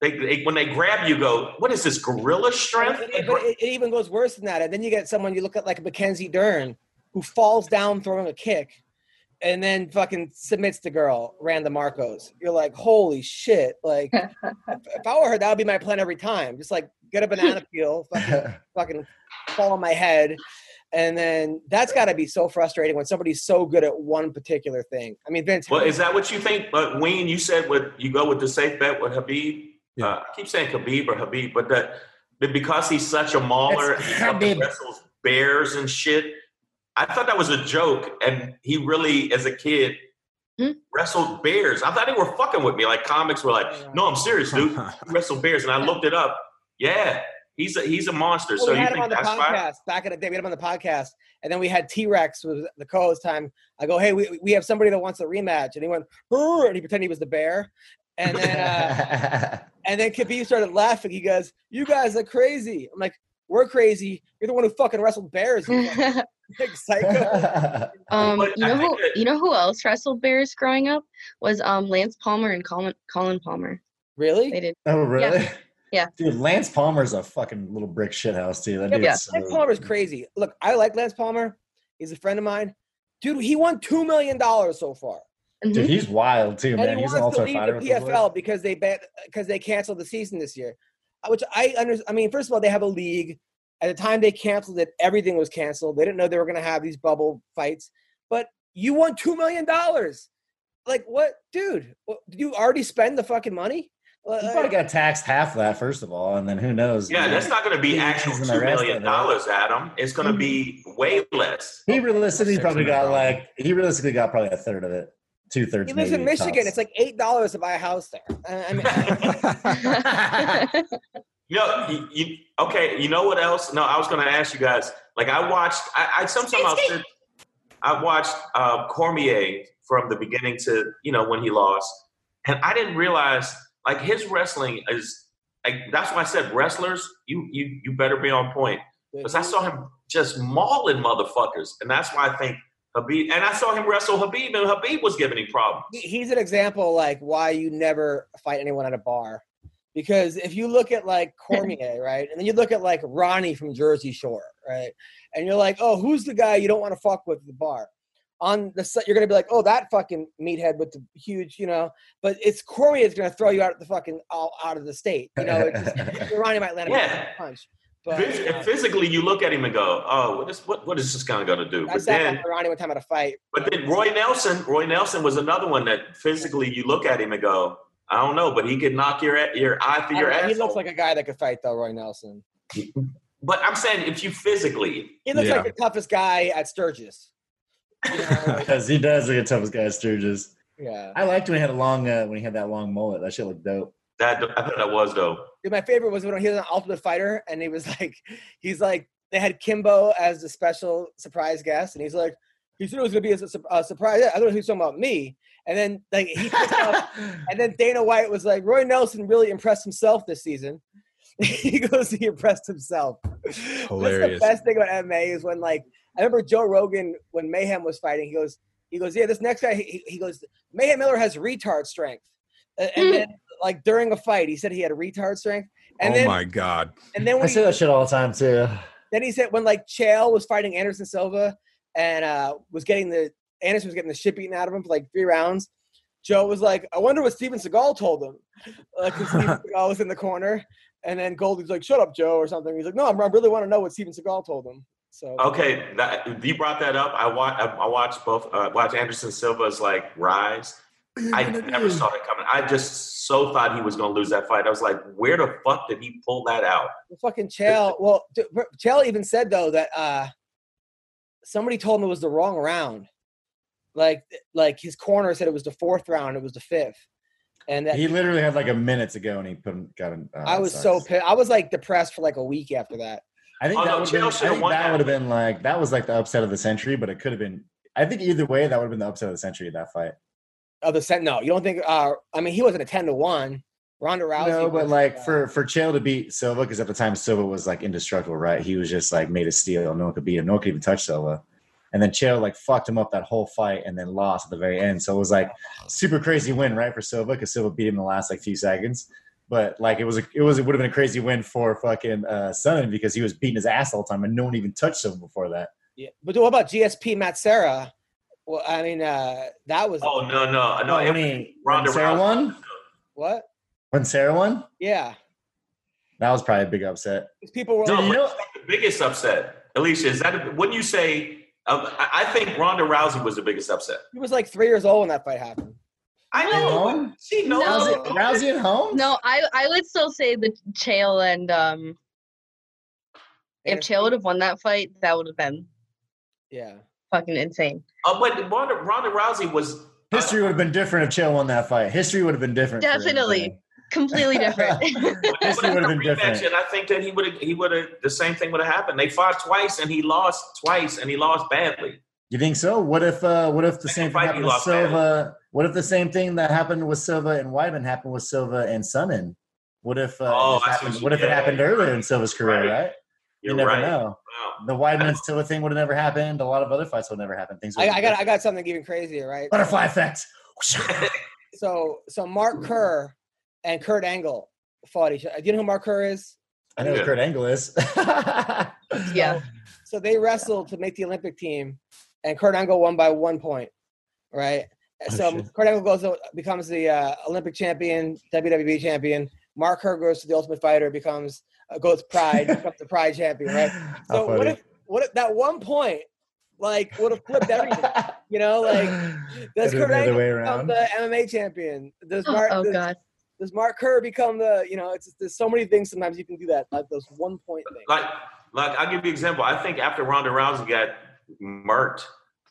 Speaker 6: They, they when they grab you, go, what is this gorilla
Speaker 3: But
Speaker 6: strength?
Speaker 3: it, but it, it even goes worse than that. And then you get someone you look at like Mackenzie Dern, who falls down throwing a kick, and then fucking submits the girl, Randa Marcos. You're like, holy shit! Like, if, if I were her, that would be my plan every time. Just like get a banana peel, fucking, fucking fall on my head, and then that's got to be so frustrating when somebody's so good at one particular thing. I mean, Vince.
Speaker 6: Well, is that what you think? But Wayne, you said what you go with the safe bet with Habib.
Speaker 5: Yeah.
Speaker 6: Uh, I keep saying Khabib or Habib, but that but because he's such a mauler,
Speaker 4: It's
Speaker 6: he up and
Speaker 4: Habib.
Speaker 6: wrestles bears and shit. I thought that was a joke, and he really, as a kid,
Speaker 7: Hmm?
Speaker 6: wrestled bears. I thought they were fucking with me. Like comics were like, "No, I'm serious, dude. He wrestled bears," and I looked it up. Yeah, he's a he's a monster.
Speaker 3: Well,
Speaker 6: so
Speaker 3: we
Speaker 6: you
Speaker 3: had him on
Speaker 6: think
Speaker 3: the
Speaker 6: that's fine?
Speaker 3: podcast back in the day. We had him on the podcast, and then we had T Rex was the co-host time. I go, hey, we, we have somebody that wants a rematch, and he went, "Brr," and he pretended he was the bear, and then uh, and then Khabib started laughing. He goes, "You guys are crazy." I'm like, "We're crazy. You're the one who fucking wrestled bears, you fucking big psycho."
Speaker 7: um,
Speaker 6: But
Speaker 7: you
Speaker 6: I
Speaker 7: know who
Speaker 6: think that-
Speaker 7: you know who else wrestled bears growing up was um Lance Palmer and Colin Colin Palmer. They
Speaker 3: really?
Speaker 7: did.
Speaker 4: oh really?
Speaker 7: Yeah.
Speaker 4: Dude, Lance Palmer's a fucking little brick shithouse, dude. That
Speaker 3: Yeah,
Speaker 4: dude's
Speaker 7: but
Speaker 4: so-
Speaker 3: Lance Palmer's crazy. Look, I like Lance Palmer. He's a friend of mine, dude. He won two million dollars so far.
Speaker 4: Dude,
Speaker 7: Mhm.
Speaker 4: he's wild too,
Speaker 3: and
Speaker 4: man.
Speaker 3: he
Speaker 4: He's an
Speaker 3: wants to
Speaker 4: all-star
Speaker 3: leave
Speaker 4: fighter.
Speaker 3: the
Speaker 4: with those boys.
Speaker 3: PFL because they bet because they canceled the season this year, Uh, which I under. I mean, first of all, they have a league. At the time they canceled it, everything was canceled. They didn't know they were going to have these bubble fights. But you won two million dollars. Like what, dude? What, did you already spend the fucking money? Like,
Speaker 4: He probably got taxed half that first of all, and then who knows?
Speaker 6: Yeah,
Speaker 4: man.
Speaker 6: that's not going to be
Speaker 4: He's
Speaker 6: actual
Speaker 4: an
Speaker 6: two million
Speaker 4: arrested, right?
Speaker 6: dollars, Adam. It's going
Speaker 3: Mm-hmm.
Speaker 6: to be way less.
Speaker 4: He realistically
Speaker 5: Six
Speaker 4: probably
Speaker 5: hundred
Speaker 4: got
Speaker 5: dollars.
Speaker 4: like he realistically got probably a third of it, two thirds.
Speaker 3: he lives in Michigan. It's like eight dollars to buy a house there. I, I mean,
Speaker 7: Mm-hmm.
Speaker 6: You know, you, you, okay. You know what else? No, I was going to ask you guys. Like, I watched. I, I sometimes I'll sit, I watched uh, Cormier from the beginning to you know when he lost, and I didn't realize like his wrestling is like that's why I said wrestlers. You you you better be on point because I saw him just mauling motherfuckers, and that's why I think Habib. And I saw him wrestle Habib, and Habib was giving him problems.
Speaker 3: he- he's an example like why you never fight anyone at a bar because if you look at like cormier right and then you look at like ronnie from jersey shore right and you're like oh who's the guy you don't want to fuck with at the bar on the set you're gonna be like oh that fucking meathead with the huge you know but it's cormier's gonna throw you out of the fucking all, out of the state you know it's just, ronnie might land a
Speaker 6: Yeah.
Speaker 3: punch but
Speaker 6: Phys-
Speaker 3: uh,
Speaker 6: physically, you look at him and go, "Oh, what is what? What is this guy going to do?"
Speaker 3: I
Speaker 6: But
Speaker 3: sat
Speaker 6: then,
Speaker 3: down with Ronnie one time at a fight.
Speaker 6: But then Roy Nelson, Roy Nelson was another one that physically you look at him and go, I don't know, but he could knock your your eye through
Speaker 3: I
Speaker 6: your
Speaker 3: don't know,
Speaker 6: ass.
Speaker 3: he looks like a guy that could fight though, Roy Nelson.
Speaker 6: but I'm saying if you physically,
Speaker 3: He looks
Speaker 5: Yeah.
Speaker 3: like the toughest guy at Sturgis. You know, like,
Speaker 4: because he does look the toughest guy, Sturgis.
Speaker 3: yeah.
Speaker 4: I liked when he had a long uh, when he had that long mullet. That shit looked dope.
Speaker 6: that I thought that was though.
Speaker 3: Dude, my favorite was when he was an Ultimate Fighter, and he was like, he's like, They had Kimbo as the special surprise guest, and he's like, he said it was gonna be a, su- a surprise. I thought he was talking about me, and then like he pissed off and then Dana White was like, Roy Nelson really impressed himself this season. he goes, he impressed himself. That's
Speaker 5: Hilarious.
Speaker 3: the best thing about MMA is when like I remember Joe Rogan when Mayhem was fighting. He goes, he goes, yeah, this next guy. He, he goes, Mayhem Miller has retard strength. A- And then like during a fight, he said he had a retard strength. And
Speaker 5: oh
Speaker 3: then
Speaker 5: my god.
Speaker 3: and then
Speaker 4: I
Speaker 3: when
Speaker 4: say
Speaker 3: he,
Speaker 4: that shit all the time too.
Speaker 3: then he said when like Chael was fighting Anderson Silva and uh, was getting the Anderson was getting the shit beaten out of him for like three rounds. Joe was like, "I wonder what Steven Seagal told him," because Steven Seagal was in the corner, and then Goldie's like, "Shut up, Joe," or something. He's like, "No, I'm, I really want to know what Steven Seagal told him." So
Speaker 6: Okay, that, you brought that up. I watch. I watched both. Uh, watch Anderson Silva's like rise. I never saw that coming. I just so thought he was going to lose that fight. I was like, where the fuck did he pull that out?
Speaker 3: Well, fucking Chael. Well, d- br- Chael even said though that uh, somebody told him it was the wrong round. Like, like his corner said it was the fourth round. It was the fifth, and that
Speaker 4: He literally had like a minute to go and he put him, got him. oh,
Speaker 3: I
Speaker 4: that
Speaker 3: was
Speaker 4: sucks.
Speaker 3: so pissed. I was like depressed for like a week after that.
Speaker 4: I think
Speaker 6: Oh,
Speaker 4: that
Speaker 6: no,
Speaker 4: would
Speaker 6: Chael
Speaker 4: have
Speaker 6: should've
Speaker 4: been,
Speaker 6: won that
Speaker 4: would have been like that was like the upset of the century, but it could have been. I think either way, that would have been the upset of the century. That fight.
Speaker 3: Oh, the set. No, you don't think? Uh, I mean, he wasn't a ten to one. Ronda Rousey.
Speaker 4: no, but
Speaker 3: was,
Speaker 4: like
Speaker 3: uh,
Speaker 4: for for Chael to beat Silva, because at the time Silva was like indestructible, right? He was just like made of steel. No one could beat him. No one could even touch Silva. And then Chael like fucked him up that whole fight, and then lost at the very end. So it was like super crazy win, right, for Silva, because Silva beat him in the last like few seconds. But like it was a, it was it would have been a crazy win for fucking uh, Sonnen because he was beating his ass all the time, and no one even touched Silva before that.
Speaker 3: yeah. But what about GSP Matt Serra? Well, I mean, uh, that was
Speaker 6: Oh no, no, no!
Speaker 4: I
Speaker 6: It,
Speaker 4: mean,
Speaker 6: Ronda
Speaker 4: when Sarah
Speaker 6: Rousey.
Speaker 4: won.
Speaker 3: what?
Speaker 4: When Sarah won,
Speaker 3: Yeah,
Speaker 4: that was probably a big upset.
Speaker 3: 'Cause people were.
Speaker 6: no,
Speaker 4: you
Speaker 6: but
Speaker 4: know-
Speaker 6: it's like the biggest upset, Alicia, is that? Wouldn't you say? Um, I I think Ronda Rousey was the biggest upset.
Speaker 3: He was like three years old when that fight happened.
Speaker 6: I know.
Speaker 4: No.
Speaker 6: She knows.
Speaker 4: Rousey, Rousey at home?
Speaker 7: No, I I would still say the Chael and um if Chael would have won that fight, that would have been
Speaker 3: Yeah.
Speaker 7: fucking insane.
Speaker 6: Uh, but Ronda, Ronda Rousey was
Speaker 4: History would have been different if Chael won that fight. History would have been different. for
Speaker 7: Definitely.
Speaker 4: him.
Speaker 7: Completely different.
Speaker 6: But
Speaker 4: History
Speaker 6: it's
Speaker 4: would
Speaker 6: a
Speaker 4: have been different.
Speaker 6: rematch, and I think that he would have. He would have. The same thing would have happened. They fought twice, and he lost twice, and he lost badly.
Speaker 4: You think so? What if uh, what if the same thing
Speaker 6: fight he
Speaker 4: happened with
Speaker 6: lost badly.
Speaker 4: Silva? What if the same thing that happened with Silva and Wyman happened with Silva and Sonnen? What if uh,
Speaker 6: Oh,
Speaker 4: it just
Speaker 6: I see
Speaker 4: happened,
Speaker 6: what you-
Speaker 4: what if it
Speaker 6: yeah,
Speaker 4: happened
Speaker 6: you're
Speaker 4: earlier
Speaker 6: right.
Speaker 4: in Silva's career,
Speaker 6: Right.
Speaker 4: right? You
Speaker 6: You're
Speaker 4: never
Speaker 6: right.
Speaker 4: know.
Speaker 6: Wow.
Speaker 4: The Weidman and Silva thing would have never happened. A lot of other fights would never happen. Things
Speaker 3: I,
Speaker 4: would've
Speaker 3: I
Speaker 4: been
Speaker 3: got. I
Speaker 4: different.
Speaker 3: got something even crazier, right?
Speaker 4: butterfly effect.
Speaker 3: So, so Mark Kerr and Kurt Angle fought each other. Do you know who Mark Kerr is?
Speaker 4: I know
Speaker 6: Yeah.
Speaker 4: who Kurt Angle is.
Speaker 7: yeah.
Speaker 3: So they wrestled to make the Olympic team, and Kurt Angle won by one point, right?
Speaker 4: Oh,
Speaker 3: so
Speaker 4: shit.
Speaker 3: Kurt Angle goes to, becomes the uh, Olympic champion, WWE champion. Mark Kerr goes to the Ultimate Fighter, becomes uh, goes Pride, becomes the Pride champion, right?
Speaker 4: How
Speaker 3: So what
Speaker 4: funny.
Speaker 3: if what if that one point like would have flipped everything? You know, like does Kurt
Speaker 4: Could've been the other
Speaker 3: Angle
Speaker 4: way
Speaker 3: become
Speaker 4: around.
Speaker 3: the MMA champion? Does Mark
Speaker 7: Oh
Speaker 3: does,
Speaker 7: god.
Speaker 3: does Mark Kerr become the you know? It's there's so many things sometimes you can do that like those one point things.
Speaker 6: Like, like I'll give you an example. I think after Ronda Rousey got murked,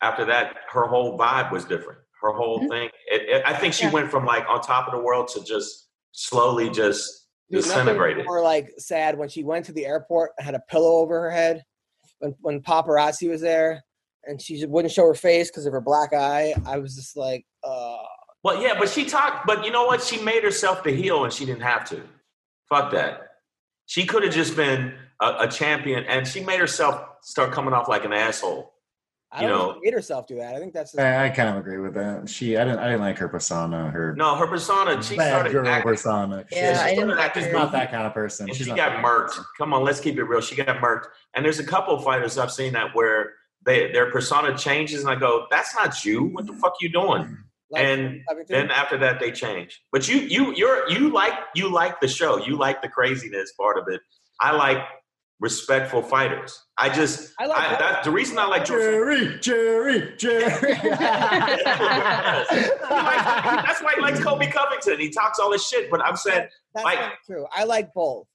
Speaker 6: after that, her whole vibe was different. Her whole thing. It, it- I think she
Speaker 7: Mm-hmm. Yeah.
Speaker 6: went from like on top of the world to just slowly just
Speaker 3: Dude,
Speaker 6: disintegrated.
Speaker 3: Nothing more like sad when she went to the airport and had a pillow over her head when when paparazzi was there and she just wouldn't show her face because of her black eye. I was just like, uh,
Speaker 6: Well, yeah, but she talked. But you know what? She made herself the heel, and she didn't have to. Fuck that. She could have just been a, a champion, and she made herself start coming off like an asshole.
Speaker 3: I
Speaker 6: You
Speaker 3: don't
Speaker 6: know.
Speaker 3: know. made herself do that. I think that's just,
Speaker 4: I, I kind of agree with that. She, I didn't, I didn't like her persona. Her
Speaker 6: No, her persona. She
Speaker 4: bad
Speaker 6: started
Speaker 4: girl
Speaker 6: acting.
Speaker 4: persona.
Speaker 7: Yeah,
Speaker 4: She's-
Speaker 7: I
Speaker 6: she
Speaker 7: didn't
Speaker 6: started
Speaker 7: like
Speaker 6: acting
Speaker 7: her.
Speaker 4: she's not that kind of person.
Speaker 6: and
Speaker 4: She's
Speaker 6: she
Speaker 4: not that
Speaker 6: got
Speaker 4: kind of
Speaker 6: murked.
Speaker 4: person.
Speaker 6: Come on, let's keep it real. She got murked. And there's a couple of fighters I've seen that where they, their persona changes, and I go, "That's not you. What the fuck you
Speaker 3: Mm-hmm.
Speaker 6: doing?"
Speaker 3: like,
Speaker 6: and
Speaker 3: everything.
Speaker 6: Then after that, they change. But you, you, you're you like you like the show. You like the craziness part of it. I like respectful fighters. I just
Speaker 3: I
Speaker 6: I
Speaker 3: like both.
Speaker 6: that, the reason I like George.
Speaker 4: Jerry, Jerry, Jerry.
Speaker 6: He likes- that's why he likes Kobe Covington. He talks all this shit, but I'm saying,
Speaker 3: that's
Speaker 6: like-
Speaker 3: not true. I like both.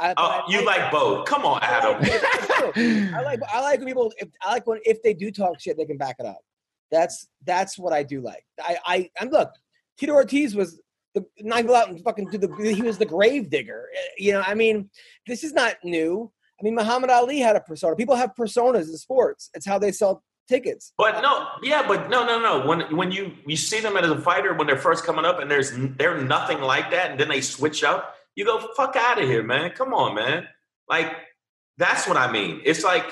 Speaker 3: I, but
Speaker 6: oh,
Speaker 3: I
Speaker 6: you like both. Come on,
Speaker 3: I like-
Speaker 6: Adam.
Speaker 3: I like I like when people if I like when if they do talk shit they can back it up. That's that's what I do like. I I and look, Tito Ortiz was the not go out and fucking do the he was the grave digger. Eh, You know, I mean, this is not new. I mean, Muhammad Ali had a persona. People have personas in sports. It's how they sell tickets.
Speaker 6: But no, yeah, but no, no, no. When when you you see them as a fighter when they're first coming up, and there's n- they're nothing like that, and then they switch up, you go fuck out of here, man. Come on, man. Like that's what I mean. It's like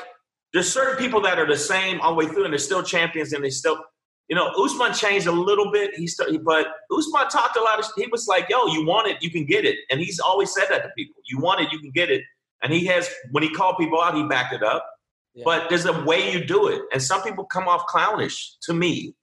Speaker 6: there's certain people that are the same all the way through, and they're still champions, and they still, you know, Usman changed a little bit. He still, but Usman talked a lot. Of, he was like, "Yo, you want it, you can get it," and he's always said that to people. You want it, you can get it, and he has. When he called people out, he backed it up.
Speaker 3: Yeah.
Speaker 6: But there's a way you do it, and some people come off clownish to me.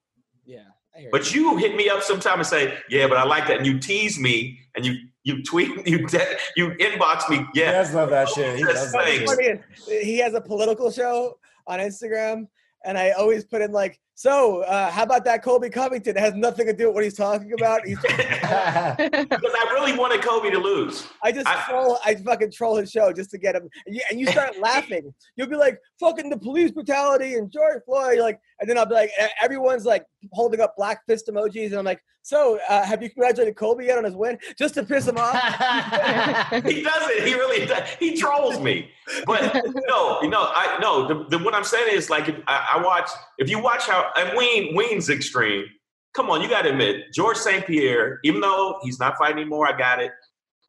Speaker 3: Yeah. I hear
Speaker 6: But you hit me up sometime and say, "Yeah, but I like that," and you tease me, and you you tweet, you de- you inbox me,
Speaker 4: He
Speaker 6: yeah.
Speaker 4: does love that shit. He
Speaker 6: Yes,
Speaker 4: loves that
Speaker 6: thanks.
Speaker 4: shit.
Speaker 3: What's funny is, he has a political show on Instagram, and I always put in like, "So, uh, how about that Colby Covington? It has nothing to do with what he's talking about." He's,
Speaker 6: because I really wanted Kobe to lose.
Speaker 3: I just
Speaker 6: I-
Speaker 3: troll, I fucking troll his show just to get him, and you, and you start laughing. You'll be like, "Fucking the police brutality and George Floyd," like, and then I'll be like, e- "Everyone's like holding up black fist emojis," and I'm like, "So, uh, have you congratulated Colby yet on his win?" Just to piss him off.
Speaker 6: He does it. He really does. He trolls me. But no, no, I no. The, the, what I'm saying is like if I, I watch. If you watch how and Ween Ween's extreme. Come on, you got to admit George St. Pierre. Even though he's not fighting anymore, I got it.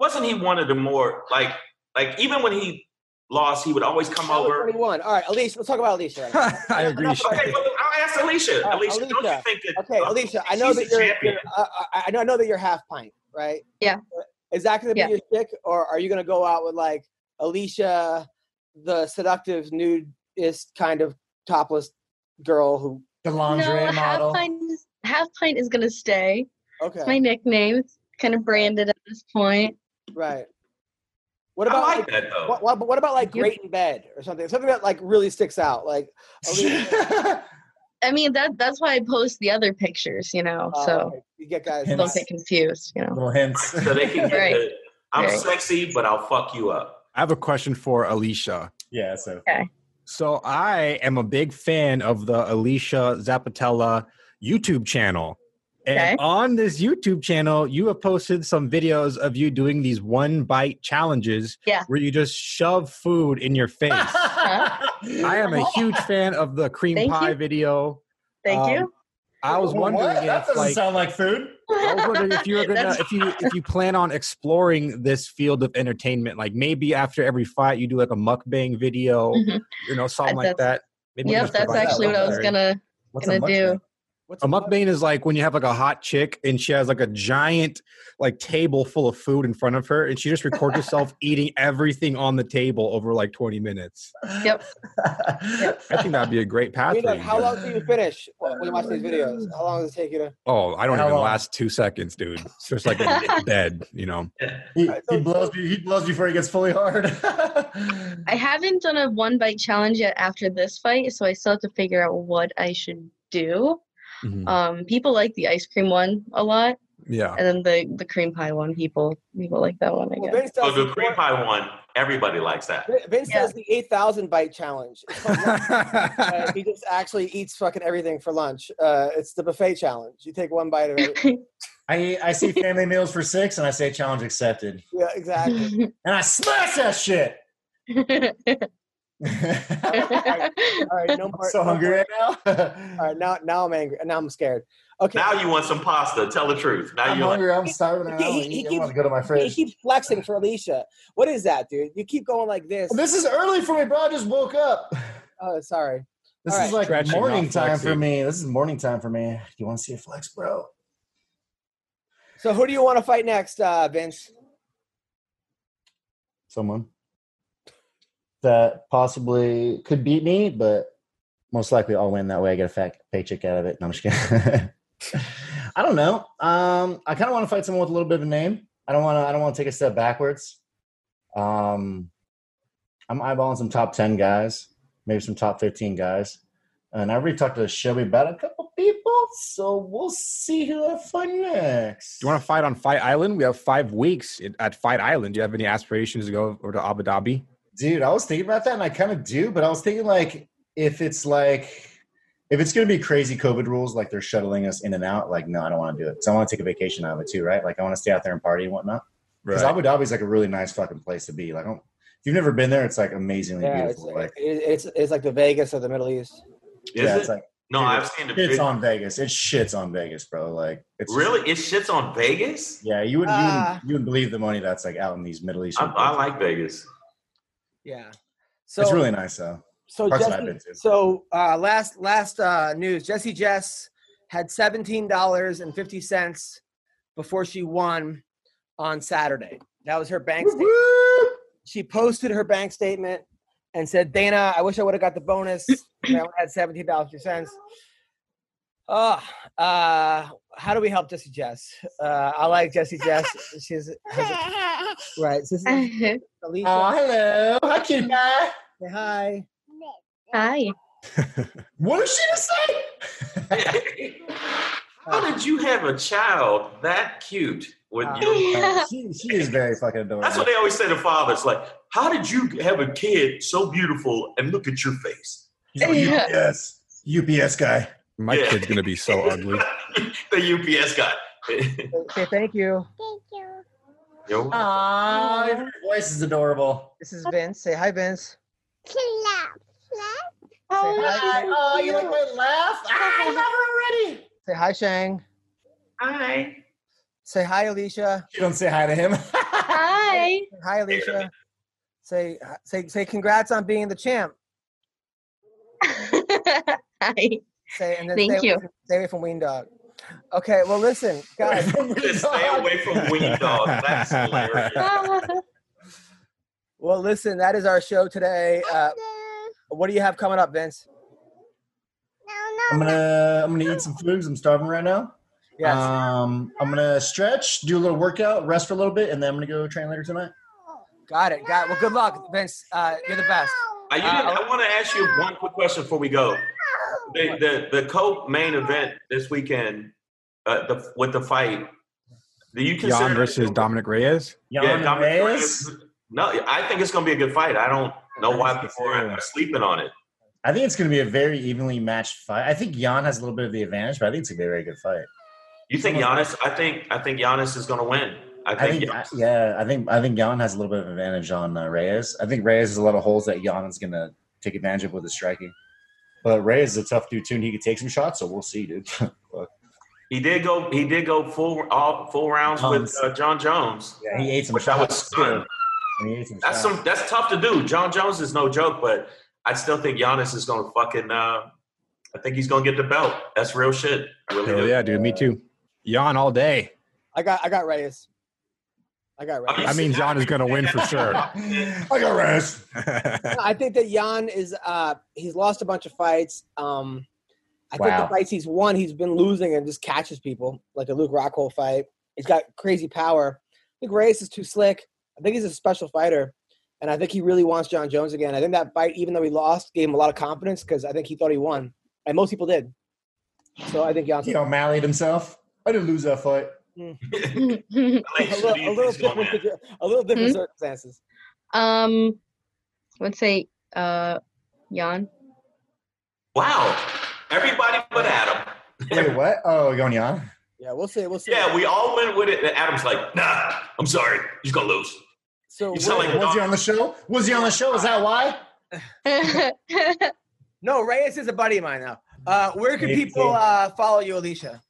Speaker 6: Wasn't he one of the more like like even when he lost, he would always come over.
Speaker 3: Twenty-one. All right, Alicia, let's talk about Alicia. right?
Speaker 5: I agree.
Speaker 6: Okay, well, I'll ask Alicia.
Speaker 3: Uh,
Speaker 6: Alicia, don't you
Speaker 3: Alicia.
Speaker 6: think that?
Speaker 3: Okay,
Speaker 6: uh,
Speaker 3: Alicia, I know
Speaker 6: she's
Speaker 3: that
Speaker 6: a
Speaker 3: you're.
Speaker 6: champion.
Speaker 3: you're- I, I, I know. I know that you're half pint, right?
Speaker 7: Yeah.
Speaker 3: Is that going to be
Speaker 7: Yeah.
Speaker 3: your chick, or are you going to go out with like Alicia, the seductive, nudist kind of topless girl who?
Speaker 4: the
Speaker 7: no,
Speaker 4: lingerie
Speaker 7: half
Speaker 4: model.
Speaker 7: pint. is- Half pint is gonna stay. It's my
Speaker 3: Okay,
Speaker 7: nickname. It's kind of branded at this point.
Speaker 3: right. What
Speaker 6: I
Speaker 3: about
Speaker 6: like
Speaker 3: like,
Speaker 6: that though.
Speaker 3: what, what, what about like
Speaker 7: You-
Speaker 3: great in bed or something? Something that like really sticks out, like Alicia.
Speaker 7: I mean that that's why I post the other pictures, you know.
Speaker 3: uh,
Speaker 4: Oh,
Speaker 7: so
Speaker 3: okay, you get guys.
Speaker 4: And
Speaker 7: don't get confused, you know.
Speaker 4: Little hints.
Speaker 6: so they can get
Speaker 7: Right.
Speaker 6: the I'm
Speaker 7: Right.
Speaker 6: sexy, but I'll fuck you up.
Speaker 5: I have a question for Alicia.
Speaker 4: Yeah, so
Speaker 5: So I am a big fan of the Alicia Zapatella YouTube channel. And
Speaker 7: Okay.
Speaker 5: on this YouTube channel, you have posted some videos of you doing these one bite challenges
Speaker 7: Yeah.
Speaker 5: where you just shove food in your face. I am a huge fan of the cream
Speaker 7: Thank
Speaker 5: pie
Speaker 7: you.
Speaker 5: video.
Speaker 7: Thank
Speaker 5: Um,
Speaker 7: you.
Speaker 5: I was wondering
Speaker 4: What? that
Speaker 5: if
Speaker 4: doesn't
Speaker 5: like
Speaker 4: sound like food.
Speaker 5: I was wondering if you were gonna
Speaker 7: That's-
Speaker 5: if you if you plan on exploring this field of entertainment, like maybe after every fight you do like a mukbang video,
Speaker 7: Mhm.
Speaker 5: you know, something
Speaker 7: Uh,
Speaker 5: like that. Maybe you
Speaker 7: Yep,
Speaker 5: just
Speaker 7: that's
Speaker 5: provide
Speaker 7: actually what I was
Speaker 5: commentary.
Speaker 7: gonna
Speaker 4: What's
Speaker 7: gonna do.
Speaker 3: What's
Speaker 5: A mukbang is like when you have like a hot chick and she has like a giant like table full of food in front of her and she just records herself eating everything on the table over like 20 minutes.
Speaker 7: Yep.
Speaker 5: I think that'd be a great path.
Speaker 3: I mean,
Speaker 5: for
Speaker 3: like,
Speaker 5: you
Speaker 3: how
Speaker 5: guys.
Speaker 3: long do you finish when when you watch these videos? How long does it take you to?
Speaker 5: oh, I don't
Speaker 4: How
Speaker 5: even
Speaker 4: long?
Speaker 5: last two seconds, dude. It's just like in bed, you know.
Speaker 4: He, he blows you. He blows you before he gets fully hard.
Speaker 7: I haven't done a one bite challenge yet after this fight, so I still have to figure out what I should do.
Speaker 5: Mhm.
Speaker 7: Um, people like the ice cream one a lot,
Speaker 5: Yeah.
Speaker 7: and then the the cream pie one. People people like that one. I
Speaker 3: Well,
Speaker 7: guess.
Speaker 3: Vince
Speaker 6: So
Speaker 3: does
Speaker 6: the
Speaker 3: the
Speaker 6: cream pie one, everybody likes that.
Speaker 3: Vin- Vince
Speaker 7: Yeah.
Speaker 3: does the 8,000 bite challenge. It's called lunch, uh, he just actually eats fucking everything for lunch. Uh, it's the buffet challenge. You take one bite of it.
Speaker 4: I I see family meals for six, and I say challenge accepted,
Speaker 3: Yeah, exactly.
Speaker 4: and I smash that shit.
Speaker 3: All right, no more.
Speaker 4: so
Speaker 3: no
Speaker 4: hungry
Speaker 3: more-
Speaker 4: right now.
Speaker 3: All right, now now I'm angry. Now I'm scared. Okay.
Speaker 6: Now you want some pasta. Tell the truth. Now
Speaker 4: I'm
Speaker 6: you're like,
Speaker 4: hungry. I'm starving. I,
Speaker 3: He-
Speaker 4: don't
Speaker 3: he-
Speaker 4: eat.
Speaker 3: he
Speaker 4: I
Speaker 3: keeps-
Speaker 4: want to go to my
Speaker 3: you
Speaker 4: fridge.
Speaker 3: keep flexing for Alicia. What is that, dude? You keep going like this.
Speaker 4: This is early for me, bro. I just woke up.
Speaker 3: Oh, sorry.
Speaker 4: This
Speaker 3: All
Speaker 4: is
Speaker 3: right.
Speaker 4: like
Speaker 5: Stretching,
Speaker 4: morning
Speaker 5: not
Speaker 4: time for
Speaker 5: flexing.
Speaker 4: me. This is morning time for me. You want to see a flex, bro?
Speaker 3: So who do you want to fight next, uh, Vince?
Speaker 4: Someone that possibly could beat me, but most likely I'll win that way. I get a fat paycheck out of it. No, I'm just kidding. I don't know. Um, I kind of want to fight someone with a little bit of a name. I don't want to. I don't want to take a step backwards. Um, I'm eyeballing some top ten guys, maybe some top fifteen guys, and I already talked to Shelby about a couple people, so we'll see who I find next.
Speaker 5: Do you want to fight on Fight Island? We have five weeks in- at Fight Island. Do you have any aspirations to go over to Abu Dhabi?
Speaker 4: Dude, I was thinking about that, and I kind of do, but I was thinking like if it's like if it's going to be crazy COVID rules, like they're shuttling us in and out, like no, I don't want to do it. So I want to take a vacation out of it too, right? Like I want to stay out there and party and whatnot. Because Abu Dhabi is like a really nice fucking place to be. Like I don't, you've never been there, it's like amazingly
Speaker 3: Yeah, it's,
Speaker 4: beautiful. Like,
Speaker 3: it- it's it's like the Vegas of the Middle East.
Speaker 6: Is
Speaker 4: yeah,
Speaker 6: it?
Speaker 4: it's like
Speaker 6: no,
Speaker 4: dude,
Speaker 6: I've seen the
Speaker 4: shits
Speaker 6: video.
Speaker 4: on Vegas. It shits on Vegas, bro. Like it's just-
Speaker 6: Really, it shits on Vegas.
Speaker 4: yeah, you would you
Speaker 3: Ah.
Speaker 4: wouldn't, you wouldn't believe the money that's like out in these Middle
Speaker 6: I,
Speaker 4: Eastern.
Speaker 6: I
Speaker 4: places.
Speaker 6: like Vegas.
Speaker 3: Yeah. So
Speaker 4: it's really nice though.
Speaker 3: so
Speaker 4: parts that
Speaker 3: Jesse-
Speaker 4: I've been to.
Speaker 3: so uh, last last uh, news. Jesse Jess had seventeen dollars and fifty cents before she won on Saturday. That was her bank statement. She posted her bank statement and said, "Dana, I wish I would have got the bonus. I would have had seventeen dollars fifty cents." Oh, uh, how do we help Jesse Jess? Uh, I like Jesse Jess. She's has a- right. So this is Alicia.
Speaker 4: hello, hi cutie pie.
Speaker 3: Say hi.
Speaker 7: Hi.
Speaker 4: What is she to say?
Speaker 6: How did you have a child that cute with
Speaker 4: Uh,
Speaker 3: Wow.
Speaker 6: you?
Speaker 4: she, she is very fucking adorable.
Speaker 6: That's what they always say to fathers. Like, how did you have a kid so beautiful and look at your face?
Speaker 4: He's like, UPS, UPS guy.
Speaker 8: My
Speaker 6: Yeah.
Speaker 8: kid's gonna be so ugly.
Speaker 6: the UPS guy.
Speaker 3: Say thank you.
Speaker 6: Yo,
Speaker 4: Aww, your Uh, voice is adorable.
Speaker 3: This is Vince. Say hi, Vince. Say hi.
Speaker 4: Oh, you like my laugh? Ah, I love her already.
Speaker 3: Say hi, Shang.
Speaker 6: Hi.
Speaker 3: Say hi, Alicia.
Speaker 4: You don't say hi to him.
Speaker 7: Hi.
Speaker 3: Say Hi, Alicia. Say say say congrats on being the champ.
Speaker 7: Hi.
Speaker 3: Say and then
Speaker 7: Thank
Speaker 3: stay
Speaker 7: you.
Speaker 3: Away from, stay away from Ween Dog. Okay, well listen, guys.
Speaker 6: Just stay
Speaker 4: Oh
Speaker 6: away from weed dog. That's hilarious.
Speaker 3: Well listen, that is our show today. Uh, what do you have coming up, Vince?
Speaker 4: I'm gonna I'm gonna eat some food 'cause I'm starving right now.
Speaker 3: Yes.
Speaker 4: Um, I'm gonna stretch, do a little workout, rest for a little bit, and then I'm gonna go train later tonight.
Speaker 3: got it. Got it. Well good luck, Vince. Uh, you're the best.
Speaker 6: Are you,
Speaker 3: Uh,
Speaker 6: I want to ask you one quick question before we go. The the, the co main event this weekend, uh, the with the fight. Do you consider
Speaker 8: Jan versus Dominic Reyes.
Speaker 6: Yeah,
Speaker 4: Jan
Speaker 6: Dominic
Speaker 4: Reyes.
Speaker 6: Reyes. No, I think it's going to be a good fight. I don't know why
Speaker 4: I think so,
Speaker 6: people are
Speaker 4: too.
Speaker 6: are sleeping on it.
Speaker 4: I think it's gonna be a very evenly matched fight. I think Jan has a little bit of the advantage, but I think it's gonna be a very good fight.
Speaker 6: You think Giannis? I think I think Giannis is going to win. I
Speaker 4: I
Speaker 6: think.
Speaker 4: think,
Speaker 6: Giannis-
Speaker 4: yeah, I think I think Jan has a little bit of advantage on uh, Reyes. I think Reyes has a lot of holes that Jan is gonna take advantage of with his striking. But Reyes is a tough dude too, and he could take some shots. So we'll see, dude.
Speaker 6: He did go. He did go full all full rounds with
Speaker 4: Jones.
Speaker 6: uh, John Jones.
Speaker 4: yeah, he ate some
Speaker 6: Which I was
Speaker 4: shots
Speaker 6: stunned.
Speaker 4: too. And he ate some
Speaker 6: That's
Speaker 4: shots.
Speaker 6: some. That's tough to do. John Jones is no joke, but I still think Giannis is going to fucking. Uh, I think he's going to get the belt. That's real shit. I really
Speaker 8: Hell
Speaker 6: do.
Speaker 8: yeah, dude. Me too. Jan all day.
Speaker 3: I got I got Reyes. I got Reyes.
Speaker 8: I mean, Jan is gonna win for sure.
Speaker 4: I got Reyes.
Speaker 3: No, I think that Jan is uh he's lost a bunch of fights. Um I think
Speaker 4: Wow.
Speaker 3: the fights he's won, he's been losing and just catches people, like the Luke Rockhold fight. He's got crazy power. I think Reyes is too slick. I think he's a special fighter. And I think he really wants John Jones again. I think that fight, even though he lost, gave him a lot of confidence because I think he thought he won. And most people did. So I think Jan's
Speaker 4: He O'Malleyed himself. I didn't lose that fight.
Speaker 3: a little, a little different, situ- a little different
Speaker 7: Hmm?
Speaker 3: circumstances.
Speaker 7: um, let's say uh, Jan.
Speaker 6: Wow. Everybody but Adam.
Speaker 4: Wait, what? Oh, going Jan.
Speaker 3: Yeah, we'll see. We'll see.
Speaker 6: Yeah, we all went with it. And Adam's like, nah, I'm sorry. He's going to lose.
Speaker 3: so
Speaker 6: you
Speaker 3: we're-
Speaker 6: sound like-
Speaker 4: Was he on the show? Was he on the show? Is that why?
Speaker 3: no, Reyes is a buddy of mine now. Uh, where can
Speaker 4: Maybe.
Speaker 3: people uh, follow you, Alicia?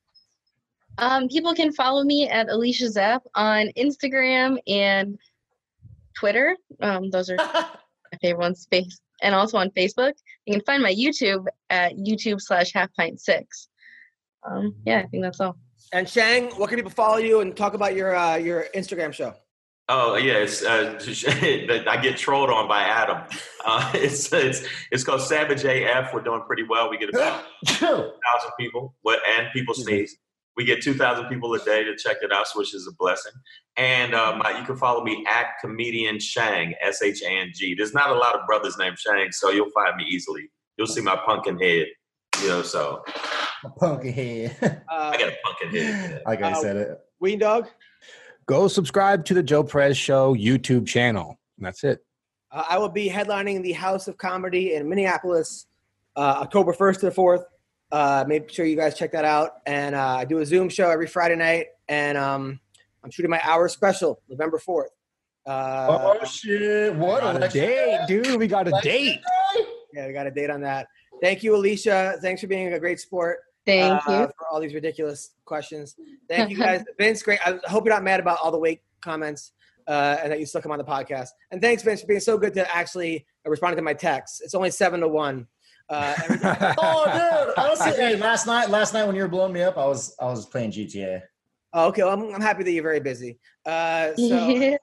Speaker 7: um, people can follow me at Alicia Zapp on Instagram and Twitter. Um, those are my favorite ones. Face and also on Facebook. You can find my YouTube at YouTube slash Half Pint Six. Um, yeah, I think that's all.
Speaker 3: And Shang, what can people follow you and talk about your uh, your Instagram show?
Speaker 6: Oh yeah, it's, uh, that I get trolled on by Adam. Uh, it's it's it's called Savage AF. We're doing pretty well. We get about
Speaker 4: Cool.
Speaker 6: thousand people, what and people sneeze. We get two thousand people a day to check it out, so which is a blessing. And um, uh, you can follow me at comedian Shang S H A N G. There's not a lot of brothers named Shang, so you'll find me easily. You'll see my pumpkin head, you know. So
Speaker 4: Punky head.
Speaker 3: Uh,
Speaker 6: I got a pumpkin head.
Speaker 4: like I said it.
Speaker 3: Ween Dog.
Speaker 8: Go subscribe to the Joe Perez Show YouTube channel. And that's it.
Speaker 3: Uh, I will be headlining the House of Comedy in Minneapolis, uh, October first to the fourth. Uh, make sure you guys check that out. And uh, I do a Zoom show every Friday night, and um, I'm shooting my hour special November fourth. Uh,
Speaker 4: oh shit! What
Speaker 8: got a
Speaker 4: election
Speaker 8: date,
Speaker 4: day?
Speaker 8: dude. We got a
Speaker 4: Election
Speaker 8: date.
Speaker 4: day?
Speaker 3: yeah, we got a date on that. Thank you, Alicia. Thanks for being a great sport.
Speaker 7: Thank
Speaker 3: uh,
Speaker 7: you.
Speaker 3: for all these ridiculous questions. Thank you guys, Vince. Great. I hope you're not mad about all the weight comments uh, and that you still come on the podcast. And thanks, Vince, for being so good to actually responding to my texts. It's only seven to one. Uh, every time-
Speaker 4: Oh, dude! Honestly, hey, last night, last night when you were blowing me up, I was, I was playing GTA.
Speaker 3: oh, okay, well, I'm, I'm happy that you're very busy. Uh, so,
Speaker 7: Yeah.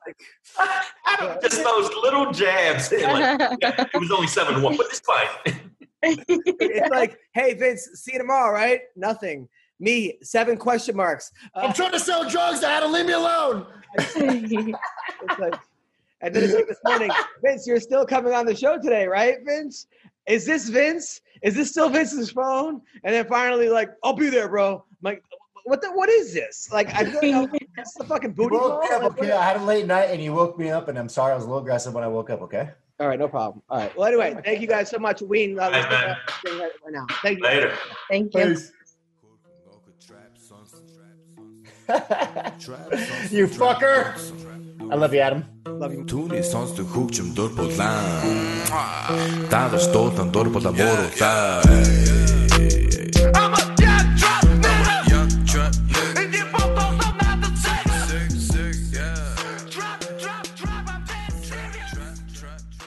Speaker 6: Adam, just those little jabs. in, like, okay, it was only seven to one, but it's fine.
Speaker 3: it's like, hey, Vince, see you tomorrow, right? Nothing. Me, seven question marks. Uh,
Speaker 4: I'm trying to sell drugs, Adam. Leave me alone.
Speaker 3: it's like, and then it's like this morning, Vince, you're still coming on the show today, right, Vince? Is this Vince? Is this still Vince's phone? And then finally, like, I'll be there, bro. I'm like, what the? What is this? Like, I don't know. That's the fucking
Speaker 4: You
Speaker 3: booty call.
Speaker 4: woke me up,
Speaker 3: Like,
Speaker 4: okay? I had a late night, and you woke me up, and I'm sorry. I was a little aggressive when I woke up. Okay.
Speaker 3: All right, no problem. All right. Well, anyway, thank you guys so much. Ween, uh, let's
Speaker 6: Hey, man.
Speaker 3: get that thing right right now. Thank you.
Speaker 6: Later.
Speaker 7: Thank you.
Speaker 4: You fucker. I love you, Adam.
Speaker 1: Түүний сонсдог хөгжим дур булаан. Даалгавч дуулан дур була мууруулаа.
Speaker 2: I'm a dead trap nigga. And you both don't know not to take. Trap, trap, trap, I'm dead serious.